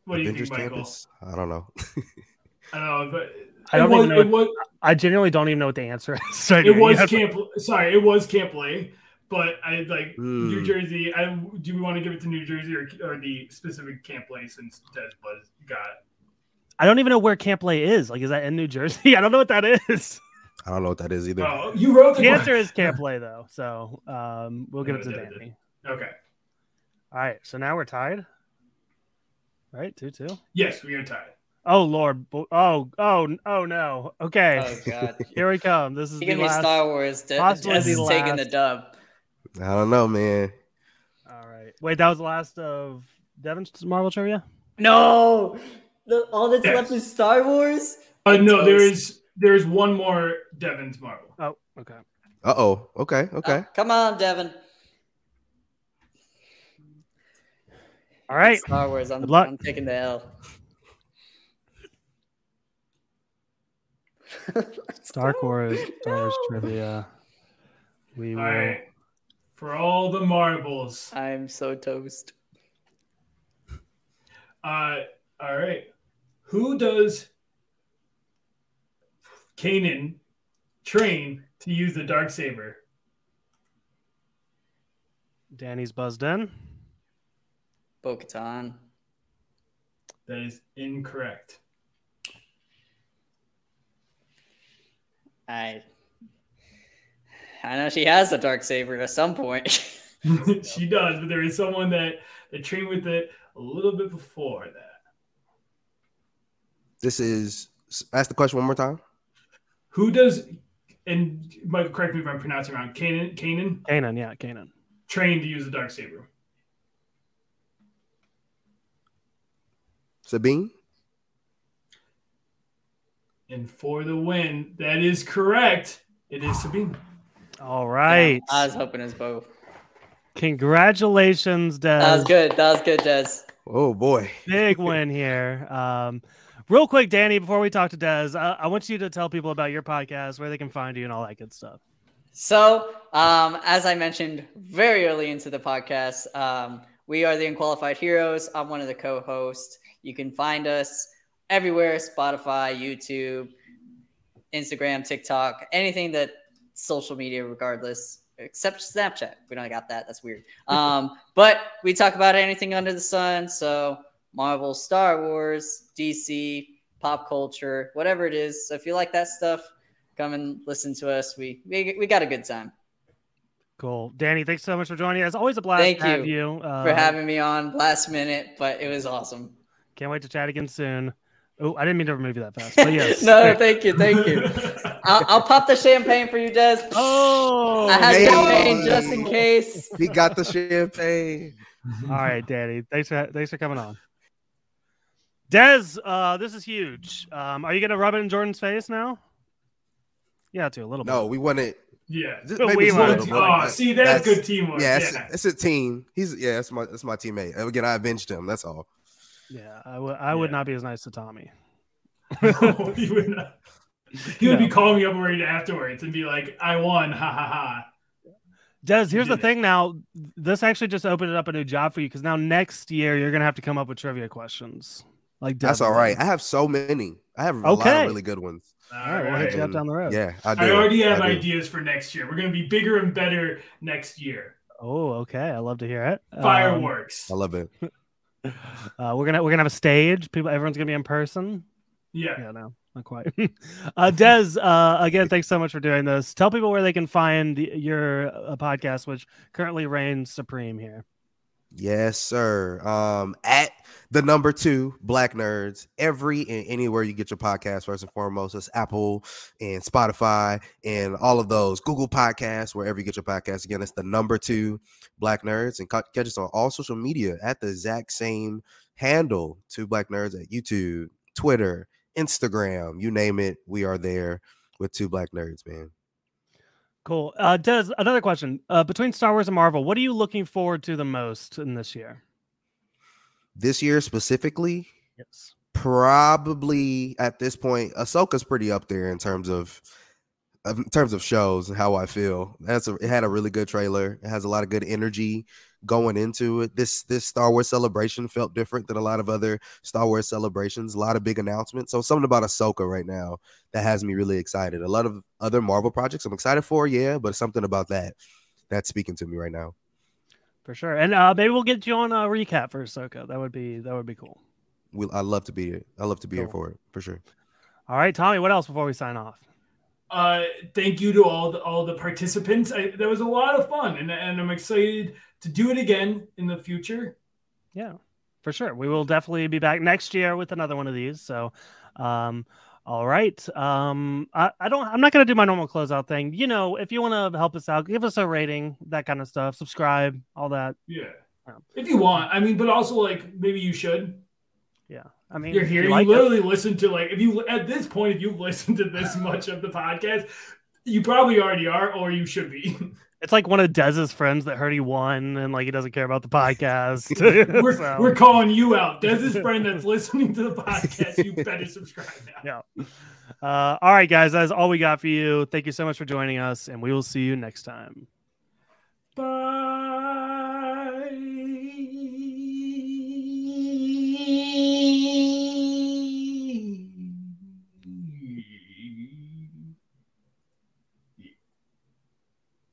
Speaker 2: What do you
Speaker 6: Avengers
Speaker 2: think, Michael?
Speaker 6: Campus? I don't know. <laughs>
Speaker 2: I don't know, but
Speaker 1: I don't
Speaker 2: it was,
Speaker 1: even know
Speaker 2: it was,
Speaker 1: what- I genuinely don't even know what the answer is. right
Speaker 2: it
Speaker 1: now. You
Speaker 2: was
Speaker 1: have-
Speaker 2: Camp. Sorry, it was Camp Lay, but I like New
Speaker 6: Hmm.
Speaker 1: Mm.
Speaker 2: Jersey. I do we want to give it to New Jersey or, or the specific Camp Lay since Des was got.
Speaker 1: I don't even know where Camp Lay is. Like, is that in New Jersey? <laughs> I don't know what that is.
Speaker 6: I don't know what that is either.
Speaker 2: Oh, you wrote the
Speaker 1: the answer is Camp Lay though. So um, we'll give it to
Speaker 2: Yeah, yeah,
Speaker 1: Danny.
Speaker 2: Okay.
Speaker 1: All right, so now we're tied. Right, two two.
Speaker 2: Yes, we are tied.
Speaker 1: Oh Lord! Bo- Oh oh n- oh no! Okay.
Speaker 9: Oh, God.
Speaker 1: <laughs> Here we come. This is
Speaker 9: It's gonna
Speaker 1: the
Speaker 9: be
Speaker 1: last.
Speaker 9: Star Wars. De-
Speaker 1: possibly
Speaker 9: Des
Speaker 1: the
Speaker 9: is taking the
Speaker 1: last.
Speaker 9: dub.
Speaker 6: I don't know, man.
Speaker 1: Wait, that was the last of Devin's Marvel trivia.
Speaker 9: No, the, all that's
Speaker 1: Yes.
Speaker 9: left is Star Wars.
Speaker 2: Uh, no, there
Speaker 9: Toast.
Speaker 2: is there is one more Devon's Marvel.
Speaker 1: Oh, okay.
Speaker 6: Uh oh. Okay. Okay.
Speaker 9: Come on, Devin.
Speaker 1: All right.
Speaker 9: Star Wars. I'm,
Speaker 1: Good luck.
Speaker 9: I'm taking the L. <laughs>
Speaker 1: Star Wars Star Wars trivia. We will.
Speaker 2: All right. For all the marbles.
Speaker 9: I'm so toast.
Speaker 2: Uh, all right. Who does Kanan train to use the dark saber? <laughs>
Speaker 1: Danny's buzzed in.
Speaker 9: Bo Katan.
Speaker 2: That is incorrect.
Speaker 9: I. I know she has the dark saber at some point. <laughs>
Speaker 2: she does, but there is someone that that trained with it a little bit before that.
Speaker 6: This is. Ask the question one more time.
Speaker 2: Who does? And Michael, correct me if I'm pronouncing it wrong. Kanan, Kanan
Speaker 1: Kanan, yeah, Kanan.
Speaker 2: trained to use the dark saber.
Speaker 6: Sabine.
Speaker 2: And for the win, that is correct. It is Sabine.
Speaker 1: All right.
Speaker 9: I was hoping it was Bo.
Speaker 1: Congratulations, Des.
Speaker 9: That was good. That was good, Des.
Speaker 6: Oh boy.
Speaker 2: <laughs>
Speaker 1: Big win here. Um, real quick, Danny, before we talk to Des, I, I want you to tell people about your podcast, where they can find you, and all that good stuff.
Speaker 9: So, um, as I mentioned very early into the podcast, um, we are the Unqualified Heroes. I'm one of the co hosts. You can find us everywhere Spotify, YouTube, Instagram, TikTok, anything that social media, regardless, except Snapchat. We don't got that. That's weird. Um, but we talk about anything under the sun. So, Marvel, Star Wars, DC, pop culture, whatever it is. So, if you like that stuff, come and listen to us. We we, we got a good time.
Speaker 1: Cool. Danny, thanks so much for joining us. Always a blast
Speaker 9: Thank
Speaker 1: to have
Speaker 9: you,
Speaker 1: you. Uh,
Speaker 9: for having me on last minute, but it was awesome.
Speaker 1: Can't wait to chat again soon. Oh, I didn't mean to remove you that
Speaker 9: <laughs>
Speaker 1: fast, but yes.
Speaker 9: no, thank you, thank you. I'll, I'll pop the champagne for you, Des.
Speaker 1: Oh,
Speaker 9: I have
Speaker 6: hey.
Speaker 9: champagne just in case.
Speaker 6: <laughs> He got the champagne.
Speaker 1: All right, Danny. Thanks for thanks for coming on. Des, uh, this is huge. Um, are you gonna rub it in Jordan's face now? Yeah, to a little bit.
Speaker 6: No, we won it.
Speaker 2: Yeah.
Speaker 6: Just
Speaker 1: But
Speaker 6: maybe
Speaker 1: we
Speaker 6: just a
Speaker 1: won.
Speaker 6: little bit,
Speaker 2: Oh,
Speaker 6: but
Speaker 2: see, that's good teamwork,
Speaker 6: Yeah, it's,
Speaker 2: yeah.
Speaker 6: it's a team. He's yeah, that's my that's my teammate. And Again, I avenged him. That's all.
Speaker 2: <laughs>
Speaker 1: Yeah, I would I would not be as nice to Tommy.
Speaker 2: No, you would not. He would be calling me up right afterwards and be like, "I won, ha ha ha."
Speaker 1: Des, here's the thing now. This actually just opened up a new job for you because now next year you're gonna have to come up with trivia questions. Like
Speaker 6: That's all
Speaker 1: deadlines.
Speaker 6: right. I have so many. I have a lot
Speaker 1: Okay.
Speaker 6: of really good ones.
Speaker 1: All right, we'll hit you up
Speaker 6: And,
Speaker 1: down the road.
Speaker 6: Yeah, I
Speaker 2: I,
Speaker 6: do.
Speaker 2: already have
Speaker 6: I do.
Speaker 2: ideas for next year. We're gonna be bigger and better next year.
Speaker 1: Oh, okay. I love to hear it. Um,
Speaker 2: Fireworks.
Speaker 6: I love it.
Speaker 1: <laughs> uh, we're gonna we're gonna have a stage. People, everyone's gonna be in person. <laughs>
Speaker 2: Yeah.
Speaker 1: Yeah. No, not <laughs> quite. uh, Des, uh, again, thanks so much for doing this. Tell people where they can find your uh, podcast, which currently reigns supreme here.
Speaker 6: Yes, sir. Um, at the number two, Black Nerds, every and anywhere you get your podcast, first and foremost, it's Apple and Spotify and all of those, Google Podcasts, wherever you get your podcast. Again, it's the number two, Black Nerds, and ca- catch us on all social media at the exact same handle, two Black Nerds at YouTube, Twitter, Instagram, you name it, we are there with two Black Nerds, man.
Speaker 1: Cool. Uh, Des, another question. Uh, between Star Wars and Marvel, what are you looking forward to the most in this year?
Speaker 6: This year specifically,
Speaker 1: Yes.
Speaker 6: probably at this point, Ahsoka's pretty up there in terms of of- in terms of shows and how I feel. That's a, it had a really good trailer. It has a lot of good energy going into it. This this Star Wars celebration felt different than a lot of other Star Wars celebrations. A lot of big announcements. So something about Ahsoka right now that has me really excited. A lot of other Marvel projects I'm excited for, yeah, but something about that that's speaking to me right now.
Speaker 1: For sure. And uh, maybe we'll get you on a recap for Ahsoka. That would be that would be cool.
Speaker 6: We I love to be here. I love to be here
Speaker 1: Cool.
Speaker 6: for it for sure.
Speaker 1: All right, Tommy. What else before we sign off?
Speaker 2: Uh, thank you to all the, all the participants. I, that was a lot of fun, and, and I'm excited to do it again in the future.
Speaker 1: Yeah, for sure. We will definitely be back next year with another one of these. So, um, all right. Um, I, I don't. I'm not gonna do my normal closeout thing. You know, if you want to help us out, give us a rating, that kind of stuff. Subscribe, all that.
Speaker 2: Yeah, if you want. I mean, but also like maybe you should.
Speaker 1: Yeah, I mean,
Speaker 2: you're
Speaker 1: if
Speaker 2: here.
Speaker 1: you
Speaker 2: You,
Speaker 1: like it-
Speaker 2: literally listen to like if you at this point if you've listened to
Speaker 1: <laughs>
Speaker 2: this much of the podcast, you probably already are, or you
Speaker 1: <laughs>
Speaker 2: should be.
Speaker 1: It's like one of Dez's friends that heard he won, and like he doesn't care about the podcast.
Speaker 2: <laughs>
Speaker 1: <laughs>
Speaker 2: we're,
Speaker 1: So,
Speaker 2: we're calling you
Speaker 1: <laughs>
Speaker 2: out. Dez's friend that's listening to the podcast, you better subscribe now.
Speaker 1: Yeah. Uh, all right, guys. That's all we got for you. Thank you so much for joining us, and we will see you next time.